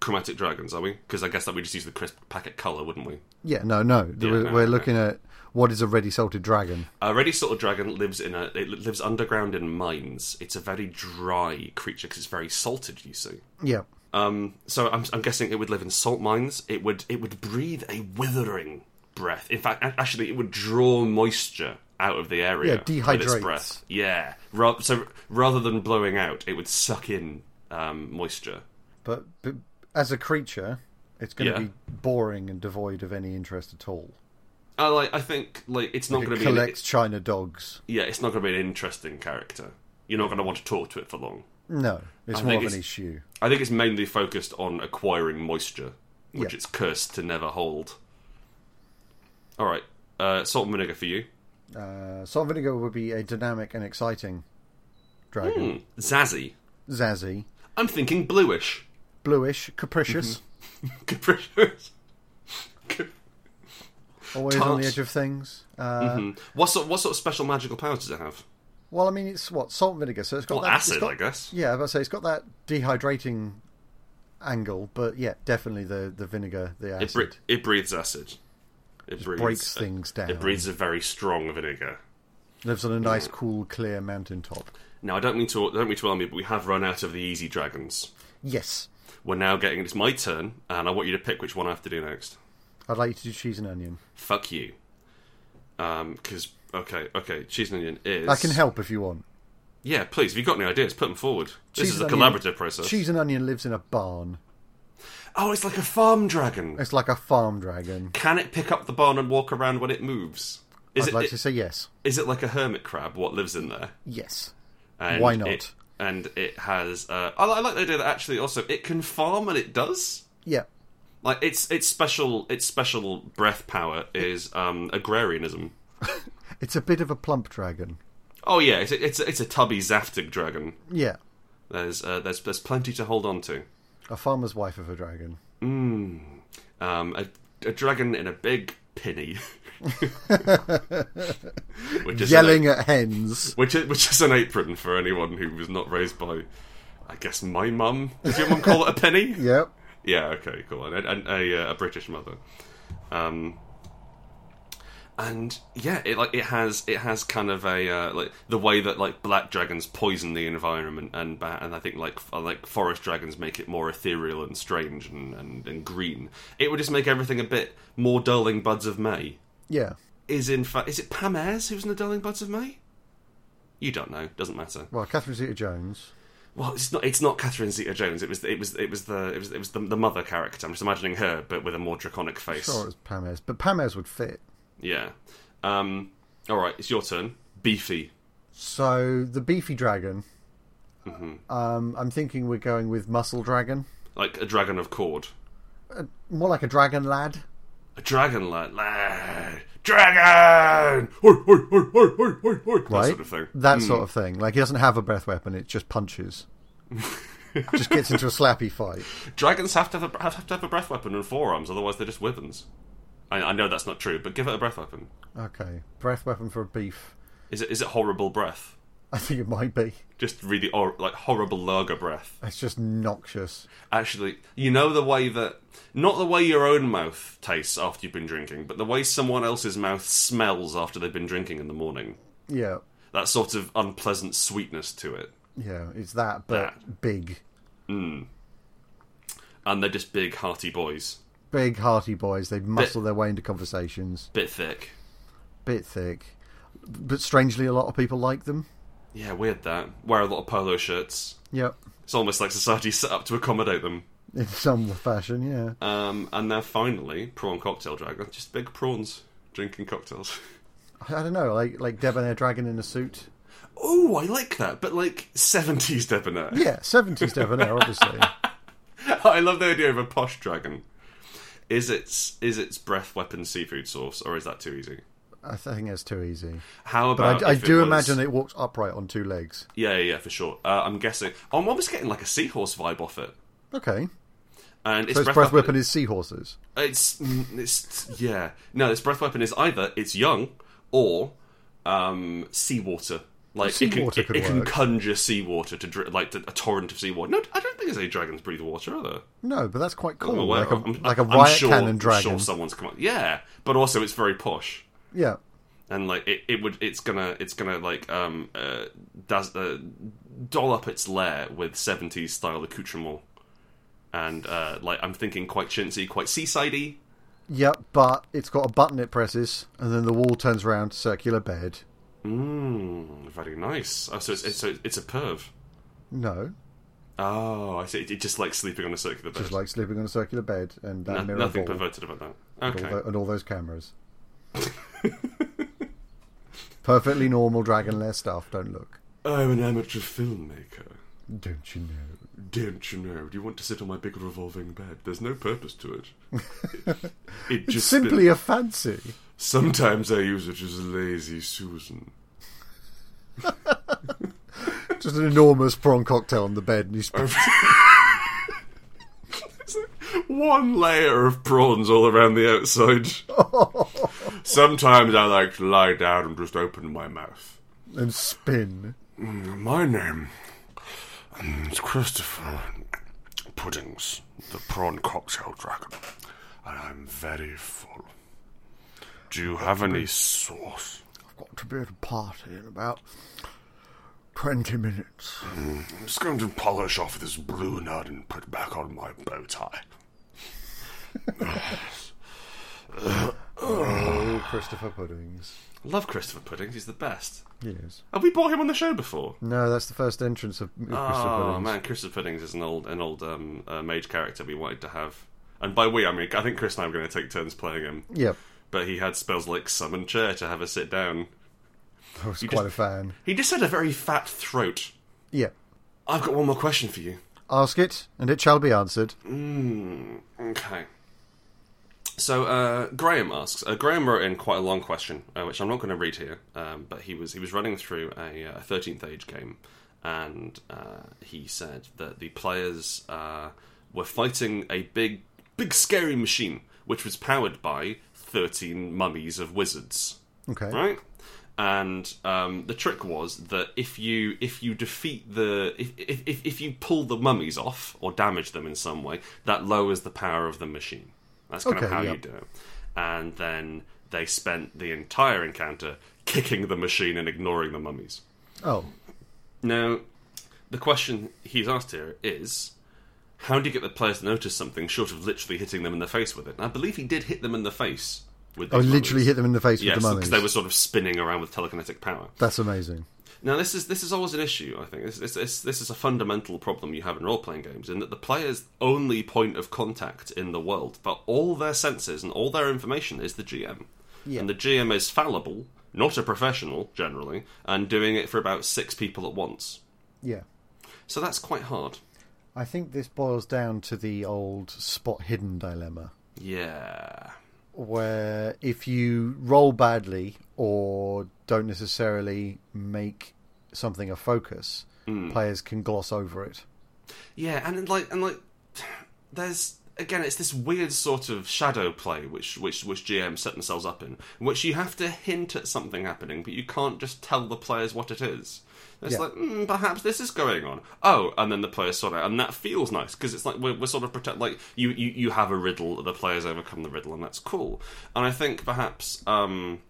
Speaker 1: chromatic dragons, are we? Because I guess that we just use the crisp packet colour, wouldn't we?
Speaker 2: Yeah, no, no.
Speaker 1: Yeah,
Speaker 2: we're
Speaker 1: no,
Speaker 2: we're
Speaker 1: no.
Speaker 2: looking at what is a ready salted dragon.
Speaker 1: A ready salted dragon lives in a it lives underground in mines. It's a very dry creature because it's very salted. You see.
Speaker 2: Yeah.
Speaker 1: Um, so I'm, I'm guessing it would live in salt mines. It would it would breathe a withering breath. In fact, a- actually, it would draw moisture out of the area.
Speaker 2: Yeah,
Speaker 1: with its
Speaker 2: dehydrates.
Speaker 1: breath. Yeah. Ra- so rather than blowing out, it would suck in um, moisture.
Speaker 2: But, but as a creature, it's going to
Speaker 1: Yeah.
Speaker 2: be boring and devoid of any interest at all.
Speaker 1: I like. I think like it's not going
Speaker 2: It
Speaker 1: to be. An,
Speaker 2: collects China dogs.
Speaker 1: yeah, it's not going to be an interesting character. You're not going to want to talk to it for long.
Speaker 2: No, it's
Speaker 1: I
Speaker 2: more
Speaker 1: think
Speaker 2: of an
Speaker 1: it's-
Speaker 2: issue.
Speaker 1: I think it's mainly focused on acquiring moisture, which
Speaker 2: Yeah.
Speaker 1: it's cursed to never hold. All right, uh, salt and vinegar for you.
Speaker 2: Uh, salt and vinegar would be a dynamic and exciting dragon.
Speaker 1: Hmm, Zazzy.
Speaker 2: Zazzy,
Speaker 1: I'm thinking bluish.
Speaker 2: bluish, capricious,
Speaker 1: Mm-hmm. Capricious.
Speaker 2: always on
Speaker 1: Tart. Mm-hmm.
Speaker 2: the edge of things. Uh,
Speaker 1: what sort? What sort of special magical powers does it have?
Speaker 2: Well, I mean, it's what salt and vinegar, so it's got
Speaker 1: Well,
Speaker 2: that it's
Speaker 1: acid,
Speaker 2: got-
Speaker 1: I guess.
Speaker 2: Yeah, I was about to say it's got that dehydrating angle, but yeah, definitely the the vinegar, the
Speaker 1: It, bre-
Speaker 2: acid
Speaker 1: it breathes acid. It breathes,
Speaker 2: breaks things down.
Speaker 1: It breathes a very strong vinegar.
Speaker 2: Lives on a nice, cool, clear mountaintop.
Speaker 1: Now, I don't mean to. I don't mean to alarm you, but we have run out of the easy dragons.
Speaker 2: Yes,
Speaker 1: We're now getting. It's my turn, and I want you to pick which one I have to do next.
Speaker 2: I'd like you to do cheese and onion.
Speaker 1: Fuck you. Um, because okay, okay, cheese and onion is.
Speaker 2: I can help if you want.
Speaker 1: Yeah, please. If you've got any ideas, put them forward. this
Speaker 2: Cheese
Speaker 1: is a
Speaker 2: and onion-
Speaker 1: collaborative process.
Speaker 2: Cheese and onion lives in a barn.
Speaker 1: Oh, it's like a farm dragon.
Speaker 2: It's like a farm dragon.
Speaker 1: Can it pick up the barn and walk around when it moves? Is
Speaker 2: I'd
Speaker 1: it,
Speaker 2: like
Speaker 1: it-
Speaker 2: to say yes.
Speaker 1: is it like a hermit crab? What lives in there?
Speaker 2: Yes.
Speaker 1: And
Speaker 2: Why not?
Speaker 1: It, and it has. Uh, I, li- I like the idea that actually also it can farm and it does.
Speaker 2: Yeah.
Speaker 1: Like its its special its special breath power is um, agrarianism.
Speaker 2: It's a bit of a plump dragon.
Speaker 1: Oh yeah, it's a, it's a, it's a tubby zaftig dragon.
Speaker 2: Yeah.
Speaker 1: There's uh, there's there's plenty to hold on to.
Speaker 2: A farmer's wife of a dragon.
Speaker 1: Um, a, a dragon in a big pinny, which is an
Speaker 2: Yelling at hens.
Speaker 1: which is, which is an apron for anyone who was not raised by, I guess, my mum. Did your mum call it a penny?
Speaker 2: Yep.
Speaker 1: Yeah, okay, cool. And, and a, uh, a British mother. Um, and yeah, it like it has it has kind of a uh, like the way that like black dragons poison the environment and ba- and I think like f- like forest dragons make it more ethereal and strange and, and, and green. It would just make everything a bit more Darling Buds of May
Speaker 2: Yeah.
Speaker 1: is in fact is it Pam Ayres who's in the Darling Buds of May? You don't know. Doesn't matter.
Speaker 2: Well, Catherine Zeta-Jones.
Speaker 1: Well, it's not. It's not Catherine Zeta-Jones. It was. It was. It was the. It was. It was the, the mother character. I'm just imagining her, but with a more draconic face.
Speaker 2: Sure, it was Pamez, but Pamez would fit.
Speaker 1: Yeah. Um. All right. It's your turn. Beefy.
Speaker 2: So the beefy dragon.
Speaker 1: Mm-hmm.
Speaker 2: Um, I'm thinking we're going with muscle dragon,
Speaker 1: Like a dragon of cord.
Speaker 2: more like a dragon lad.
Speaker 1: A dragon lad. lad. Dragon. Hoi, hoi, hoi, hoi, hoi, hoi, hoi. That
Speaker 2: Right?
Speaker 1: sort of thing. Mm.
Speaker 2: That sort of thing. Like he doesn't have a breath weapon; it just punches. just gets into a slappy fight.
Speaker 1: Dragons have to have a, have, have to have a breath weapon and forearms, otherwise they're just weapons. I, I know that's not true, but give it a breath weapon.
Speaker 2: Okay, breath weapon for a beef.
Speaker 1: Is it is it horrible breath?
Speaker 2: I think it might be.
Speaker 1: just really or, like horrible lager breath.
Speaker 2: It's just noxious.
Speaker 1: Actually, you know the way that not the way your own mouth tastes after you've been drinking, but the way someone else's mouth smells after they've been drinking in the morning.
Speaker 2: Yeah,
Speaker 1: That sort of unpleasant sweetness to it,
Speaker 2: yeah. It's that, but big,
Speaker 1: and they're just big, hearty boys,
Speaker 2: big hearty boys. They muscle their way into conversations.
Speaker 1: bit thick.
Speaker 2: Bit thick. But strangely, a lot of people like them.
Speaker 1: Yeah, weird that. Wear a lot of polo shirts.
Speaker 2: Yep,
Speaker 1: It's almost like society's set up to accommodate them.
Speaker 2: in some fashion, yeah.
Speaker 1: Um, and now finally, prawn cocktail dragon. Just big prawns drinking cocktails.
Speaker 2: I don't know, like like debonair dragon in a suit.
Speaker 1: Oh, I like that, but like 70s debonair.
Speaker 2: Yeah, seventies debonair, obviously.
Speaker 1: I love the idea of a posh dragon. Is its is its breath weapon seafood sauce, or is that too easy?
Speaker 2: I think that's too easy.
Speaker 1: How about?
Speaker 2: But I, I
Speaker 1: if
Speaker 2: do
Speaker 1: was-
Speaker 2: imagine it walks upright on two legs.
Speaker 1: Yeah, yeah, for sure. Uh, I'm guessing. I'm almost getting like a seahorse vibe off it,
Speaker 2: Okay,
Speaker 1: and its
Speaker 2: so its breath weapon is seahorses.
Speaker 1: It's mm, it's yeah. No, its breath weapon is either it's young or um, seawater. Like
Speaker 2: Seawater
Speaker 1: it can
Speaker 2: could
Speaker 1: it, it can
Speaker 2: work.
Speaker 1: conjure seawater to dri- like to, a torrent of seawater. No, I don't think there's any dragons breathe water, are there?
Speaker 2: No, but that's quite
Speaker 1: I'm
Speaker 2: cool,
Speaker 1: aware
Speaker 2: like a
Speaker 1: of. Oh, I'm-
Speaker 2: like a
Speaker 1: I'm
Speaker 2: riot
Speaker 1: sure-
Speaker 2: cannon
Speaker 1: I'm
Speaker 2: dragon.
Speaker 1: sure someone's come up. Yeah, but also it's very posh.
Speaker 2: Yeah,
Speaker 1: and like it, it would it's gonna it's gonna like um uh, does, uh doll up its lair with 70s style accoutrement and uh like i'm thinking quite chintzy quite seasidey
Speaker 2: yeah, but it's got a button it presses, and then the wall turns around circular bed.
Speaker 1: mm, very nice oh, so it's, it's so it's a perv
Speaker 2: No,
Speaker 1: oh i see it, it just likes sleeping on a circular bed
Speaker 2: just like sleeping on a circular bed and that
Speaker 1: No-
Speaker 2: mirror
Speaker 1: nothing
Speaker 2: ball
Speaker 1: perverted about that
Speaker 2: and,
Speaker 1: okay
Speaker 2: all tho- and all those cameras. Perfectly normal dragon lair stuff. Don't look.
Speaker 1: i'm an amateur filmmaker
Speaker 2: Don't you know?
Speaker 1: don't you know? Do you want to sit on my big revolving bed? There's no purpose to it. It, it just spins.
Speaker 2: Simply a fancy.
Speaker 1: Sometimes I use it as lazy Susan.
Speaker 2: Just an enormous prawn cocktail on the bed, and you sp-
Speaker 1: One layer of prawns all around the outside. Sometimes I like to lie down and just open my mouth.
Speaker 2: and spin.
Speaker 1: My name um, is Christopher Puddings, the prawn cocktail dragon, and I'm very full. Do you have any sauce?
Speaker 2: I've got to be at a party in about twenty minutes.
Speaker 1: I'm just going to polish off this blue nut and put back on my bow tie.
Speaker 2: Oh, Christopher Puddings.
Speaker 1: I love Christopher Puddings, he's the best.
Speaker 2: Yes.
Speaker 1: Have we brought him on the show before?
Speaker 2: No, that's the first entrance of Christopher
Speaker 1: Oh
Speaker 2: Puddings.
Speaker 1: man, Christopher Puddings is an old an old um, uh, mage character we wanted to have, and by we I mean I think Chris and I were going to take turns playing him,
Speaker 2: Yep.
Speaker 1: but he had spells like summon chair to have us sit down.
Speaker 2: I was quite a fan.
Speaker 1: He just had a very fat throat.
Speaker 2: Yeah.
Speaker 1: I've got one more question for you.
Speaker 2: Ask it, and it shall be answered.
Speaker 1: Okay. So uh, Graham asks. Uh, Graham wrote in quite a long question, uh, which I'm not going to read here. Um, but he was he was running through a thirteenth age game, and uh, he said that the players uh, were fighting a big big scary machine, which was powered by thirteen mummies of wizards
Speaker 2: Okay.
Speaker 1: right? And um, the trick was that if you if you defeat the if, if if- if you pull the mummies off or damage them in some way, that lowers the power of the machine. That's kind of
Speaker 2: Okay,
Speaker 1: how
Speaker 2: yeah.
Speaker 1: you do it. And then they spent the entire encounter kicking the machine and ignoring the mummies.
Speaker 2: Oh,
Speaker 1: Now, the question he's asked here is. How do you get the players to notice something short of literally hitting them in the face with it? And I believe he did hit them in the face with.
Speaker 2: I
Speaker 1: these
Speaker 2: Oh, literally
Speaker 1: mummies.
Speaker 2: hit them in the face
Speaker 1: Yes,
Speaker 2: with the
Speaker 1: because
Speaker 2: mummies.
Speaker 1: they were sort of spinning around with telekinetic power.
Speaker 2: That's amazing.
Speaker 1: Now, this is this is always an issue. I think this this this, this is a fundamental problem you have in role playing games, in that the player's only point of contact in the world, but all their senses and all their information is the GM,
Speaker 2: Yeah.
Speaker 1: and the GM is fallible, not a professional generally, and doing it for about six people at once.
Speaker 2: Yeah.
Speaker 1: So that's quite hard.
Speaker 2: I think this boils down to the old spot hidden dilemma,
Speaker 1: Yeah.
Speaker 2: where if you roll badly or don't necessarily make something a focus,
Speaker 1: Hmm.
Speaker 2: players can gloss over it.
Speaker 1: Yeah, and like and like, there's again, it's this weird sort of shadow play which which which GM set themselves up in, in which you have to hint at something happening, but you can't just tell the players what it is. It's
Speaker 2: Yeah.
Speaker 1: like mm, perhaps this is going on. Oh, and then the players sort out, and that feels nice because it's like we're, we're sort of protect. Like you, you you have a riddle, the players overcome the riddle, and that's cool. And I think perhaps um,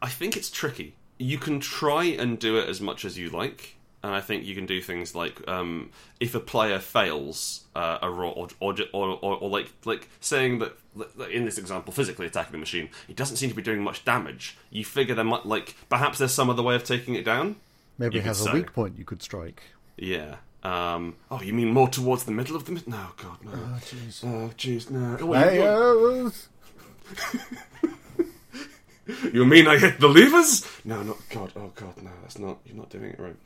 Speaker 1: I think it's tricky. You can try and do it as much as you like, and I think you can do things like um, if a player fails uh, a roll, or or, ju- or, or or like like saying that that in this example, physically attacking the machine, it doesn't seem to be doing much damage. You figure there might like perhaps there's some other way of taking it down.
Speaker 2: Maybe
Speaker 1: You
Speaker 2: it
Speaker 1: could
Speaker 2: has a
Speaker 1: say.
Speaker 2: weak point you could strike.
Speaker 1: Yeah. Um, oh, you mean more towards the middle of the mid? No, God, no. Oh, jeez. Oh, jeez, no. Oh, wait,
Speaker 2: Hey,
Speaker 1: you-
Speaker 2: oh,
Speaker 1: You mean I hit the levers? No, not God. Oh God, no. That's not. You're not doing it right.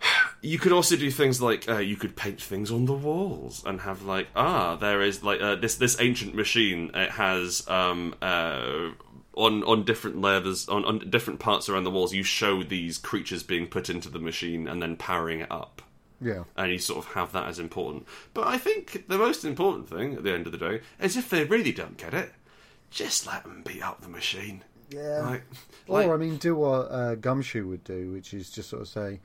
Speaker 1: You could also do things like uh, you could paint things on the walls and have like ah, there is like uh, this this ancient machine. It has um uh. On, on different levers, on, on different parts around the walls, you show these creatures being put into the machine and then powering it up
Speaker 2: yeah.
Speaker 1: and you sort of have that as important. But I think the most important thing at the end of the day is if they really don't get it, just let them beat up the machine.
Speaker 2: Yeah.
Speaker 1: Like, like
Speaker 2: Or, I mean, do what uh, Gumshoe would do, which is just sort of say,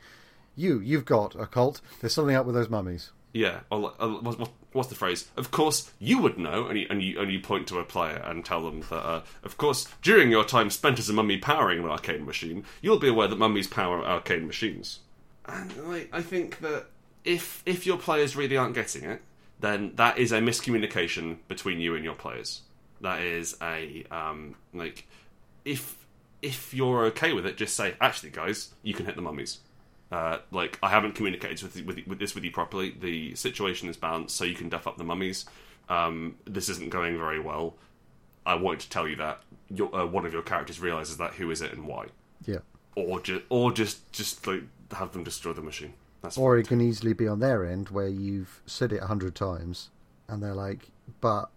Speaker 2: you, you've got a cult. There's something up with those mummies.
Speaker 1: yeah. Or, like- uh, what's, what- what's the phrase? Of course, you would know, and you, and you and you point to a player and tell them that. Uh, of course, during your time spent as a mummy powering an arcane machine, you'll be aware that mummies power arcane machines. And like, I think that if if your players really aren't getting it, then that is a miscommunication between you and your players. That is a um, like if if you're okay with it, just say actually, guys, you can hit the mummies. Uh, like I haven't communicated with, with with this with you properly. The situation is balanced, so you can duff up the mummies. Um, this isn't going very well. I wanted to tell you that your, uh, one of your characters realizes that. Who is it and why?
Speaker 2: Yeah.
Speaker 1: or just or just just like have them destroy the machine. That's
Speaker 2: Or it can easily be on their end where you've said it a hundred times and they're like, but,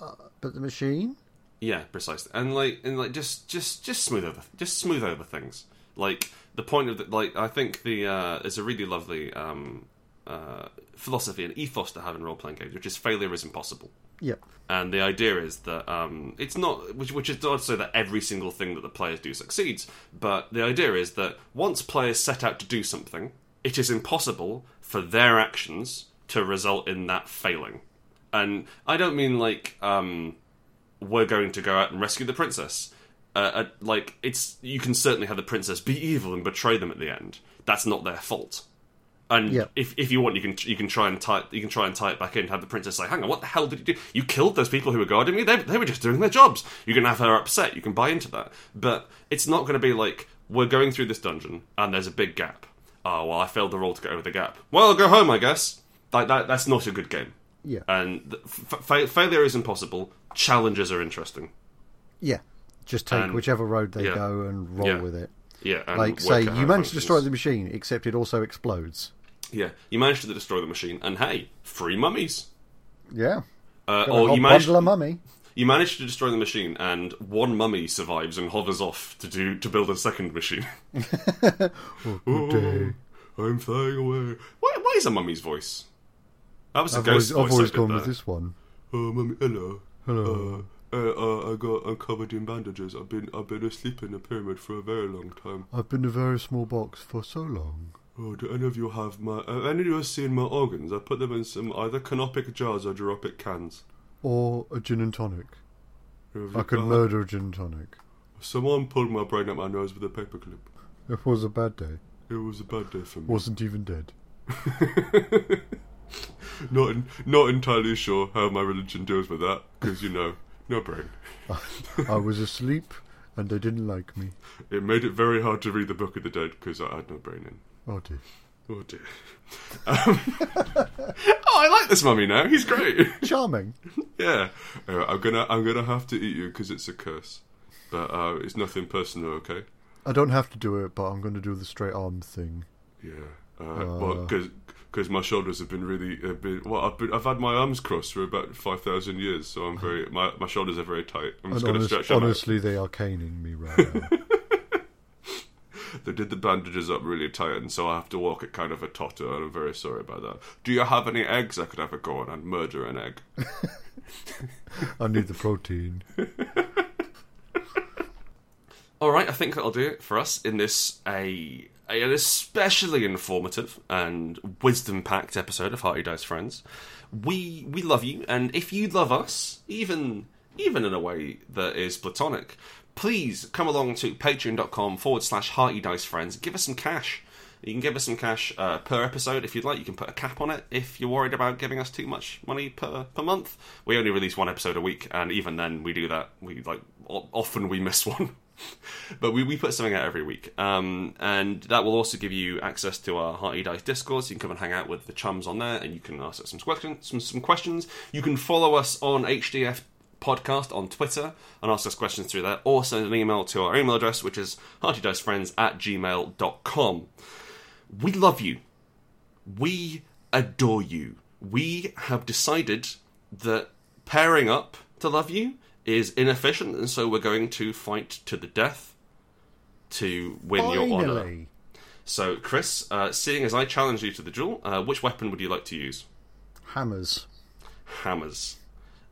Speaker 2: uh, but the machine?
Speaker 1: yeah, precisely. And like and like just just just smooth over just smooth over things. Like the point of the, like I think the uh, it's a really lovely um, uh, philosophy and ethos to have in role playing games, which is failure is impossible.
Speaker 2: Yeah.
Speaker 1: And the idea is that um, it's not, which, which is not so that every single thing that the players do succeeds, but the idea is that once players set out to do something, it is impossible for their actions to result in that failing. And I don't mean like um, we're going to go out and rescue the princess. Uh, uh, like it's you can certainly have the princess be evil and betray them at the end. That's not their fault. And
Speaker 2: Yeah.
Speaker 1: if, if you want, you can you can try and tie you can try and tie it back in. Have the princess say, "Hang on, what the hell did you do? You killed those people who were guarding me. They, they were just doing their jobs." You can have her upset. You can buy into that, but it's not going to be like we're going through this dungeon and there's a big gap. Oh well, I failed the roll to get over the gap. Well, I'll go home, I guess. Like that, that's not a good game.
Speaker 2: Yeah.
Speaker 1: And th- f- fa- failure is impossible. Challenges are interesting.
Speaker 2: Yeah. Just take
Speaker 1: And-
Speaker 2: whichever road they
Speaker 1: yeah.
Speaker 2: go and roll
Speaker 1: Yeah.
Speaker 2: with it.
Speaker 1: Yeah, and
Speaker 2: Like,
Speaker 1: work
Speaker 2: say,
Speaker 1: out how
Speaker 2: you
Speaker 1: it
Speaker 2: managed to
Speaker 1: functions.
Speaker 2: destroy the machine, except it also explodes.
Speaker 1: Yeah, you managed to destroy the machine, and hey, free mummies.
Speaker 2: Yeah.
Speaker 1: Uh,
Speaker 2: Got a
Speaker 1: or
Speaker 2: whole
Speaker 1: you managed,
Speaker 2: bundle of mummy.
Speaker 1: you managed to destroy the machine, and one mummy survives and hovers off to do to build a second machine.
Speaker 2: Day.
Speaker 1: Oh, I'm flying away. Why, why is a mummy's voice? That was a
Speaker 2: I've
Speaker 1: ghost voice.
Speaker 2: always, I've
Speaker 1: I
Speaker 2: always
Speaker 1: did
Speaker 2: gone
Speaker 1: there.
Speaker 2: with this one.
Speaker 3: Oh, mummy, hello.
Speaker 2: Hello.
Speaker 3: Uh, uh, uh, I got. I'm covered in bandages. I've been. I've been asleep in a pyramid for a very long time.
Speaker 2: I've been a very small box for so long.
Speaker 3: Oh, do any of you have my? Uh, any of you have seen my organs? I put them in some either canopic jars or duropic cans.
Speaker 2: Or a gin and tonic.
Speaker 3: Have
Speaker 2: I
Speaker 3: you-
Speaker 2: could
Speaker 3: uh,
Speaker 2: murder a gin and tonic.
Speaker 3: Someone pulled my brain out my nose with a paperclip.
Speaker 2: It was a bad day.
Speaker 3: It was a bad day for me.
Speaker 2: Wasn't even dead.
Speaker 3: Not en- not entirely sure how my religion deals with that because you know, no brain.
Speaker 2: I was asleep and they didn't like me.
Speaker 3: It made it very hard to read the Book of the Dead because I had no brain in.
Speaker 2: Oh dear.
Speaker 3: Oh dear.
Speaker 1: Oh, I like this mummy now. He's great.
Speaker 2: Charming.
Speaker 3: Yeah, Anyway, I'm gonna I'm gonna have to eat you because it's a curse, but uh, it's nothing personal, okay?
Speaker 2: I don't have to do it, but I'm going to do the straight arm thing.
Speaker 3: Yeah. Uh, well, because my shoulders have been really have been well. I've been, I've had my arms crossed for about five thousand years, so I'm very my, my shoulders are very tight. I'm
Speaker 2: And
Speaker 3: just gonna
Speaker 2: honest-
Speaker 3: stretch them. out.
Speaker 2: honestly, they are caning me right now.
Speaker 3: They did the bandages up really tight, and so I have to walk at kind of a totter, and I'm very sorry about that. Do you have any eggs I could have a go on and murder an egg?
Speaker 2: I need the protein.
Speaker 1: All right, I think that'll do it for us in this a, a- an especially informative and wisdom-packed episode of Hearty Dice Friends. We we love you, and if you love us, even even in a way that is platonic, please come along to patreon.com forward slash Hearty Dice Friends. Give us some cash. You can give us some cash uh, per episode if you'd like. You can put a cap on it if you're worried about giving us too much money per, per month. We only release one episode a week, and even then, we do that. We like o- often we miss one, but we, we put something out every week, um, and that will also give you access to our Hearty Dice Discord. So you can come and hang out with the chums on there, and you can ask us some questions. Some, some questions. You can follow us on HDF podcast on Twitter and ask us questions through there, or send an email to our email address, which is heartydicefriends at gmail.com. We love you. We adore you. We have decided that pairing up to love you is inefficient, and so we're going to fight to the death to win your honor.
Speaker 2: Finally.
Speaker 1: So, Chris, uh, seeing as I challenge you to the duel, uh, which weapon would you like to use?
Speaker 2: Hammers.
Speaker 1: Hammers.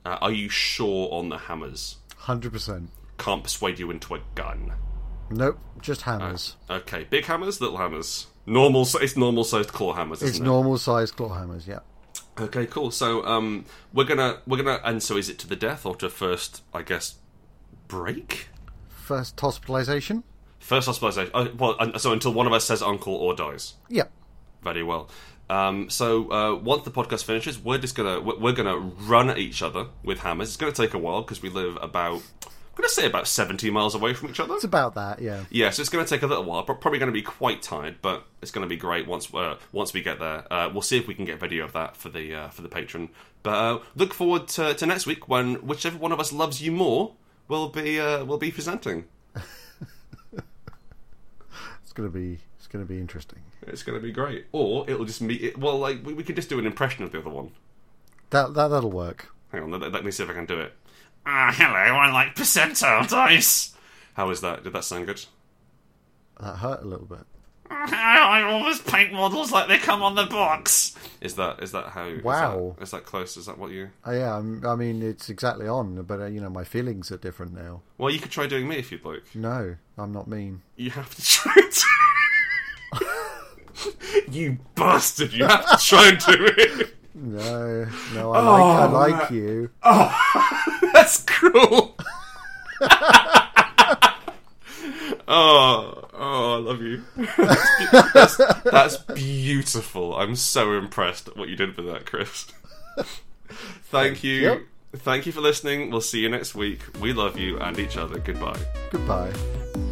Speaker 1: Uh, are you sure on the hammers?
Speaker 2: 100%.
Speaker 1: Can't persuade you into a gun.
Speaker 2: Nope, just hammers.
Speaker 1: Okay, big hammers, little hammers. Normal, si- it's normal sized claw hammers, isn't
Speaker 2: it's
Speaker 1: it?
Speaker 2: normal sized claw hammers, yeah.
Speaker 1: Okay, cool. So um, we're gonna we're gonna and so is it to the death or to first? I guess break
Speaker 2: First hospitalization?
Speaker 1: first hospitalization. Uh, well, un- so until one of us says uncle or dies.
Speaker 2: Yep.
Speaker 1: Very well. Um, so uh, once the podcast finishes, we're just gonna we're we're gonna run at each other with hammers. It's gonna take a while because we live about I'm gonna say about seventy miles away from each other.
Speaker 2: It's about that, yeah.
Speaker 1: Yeah, so it's going to take a little while. But probably going to be quite tired, but it's going to be great once uh, once we get there. Uh, we'll see if we can get video of that for the uh, for the patron. But uh, look forward to, to next week when whichever one of us loves you more will be uh, will be presenting.
Speaker 2: It's gonna be it's gonna be interesting.
Speaker 1: It's going to be great, or it'll just be it, well, like we, we could just do an impression of the other one.
Speaker 2: That that that'll work.
Speaker 1: Hang on, let, let me see if I can do it. Ah, hello, I like percentile dice. How is that? Did that sound good?
Speaker 2: That hurt a little bit.
Speaker 1: I always paint models like they come on the box. Is that is that how? is
Speaker 2: Wow.
Speaker 1: that- Is that close? Is that what you?
Speaker 2: Uh, yeah, I'm, I mean it's exactly on, but uh, you know my feelings are different now.
Speaker 1: Well, you could try doing me if you'd like.
Speaker 2: No, I'm not mean.
Speaker 1: You have to try. it. you bastard! You have to try and do it.
Speaker 2: No, no, I like I like you.
Speaker 1: That's cruel. oh, oh, I love you. That's, that's beautiful. I'm so impressed at what you did with that, Chris. Thank you.
Speaker 2: you.
Speaker 1: Thank you for listening. We'll see you next week. We love you and each other. Goodbye.
Speaker 2: Goodbye.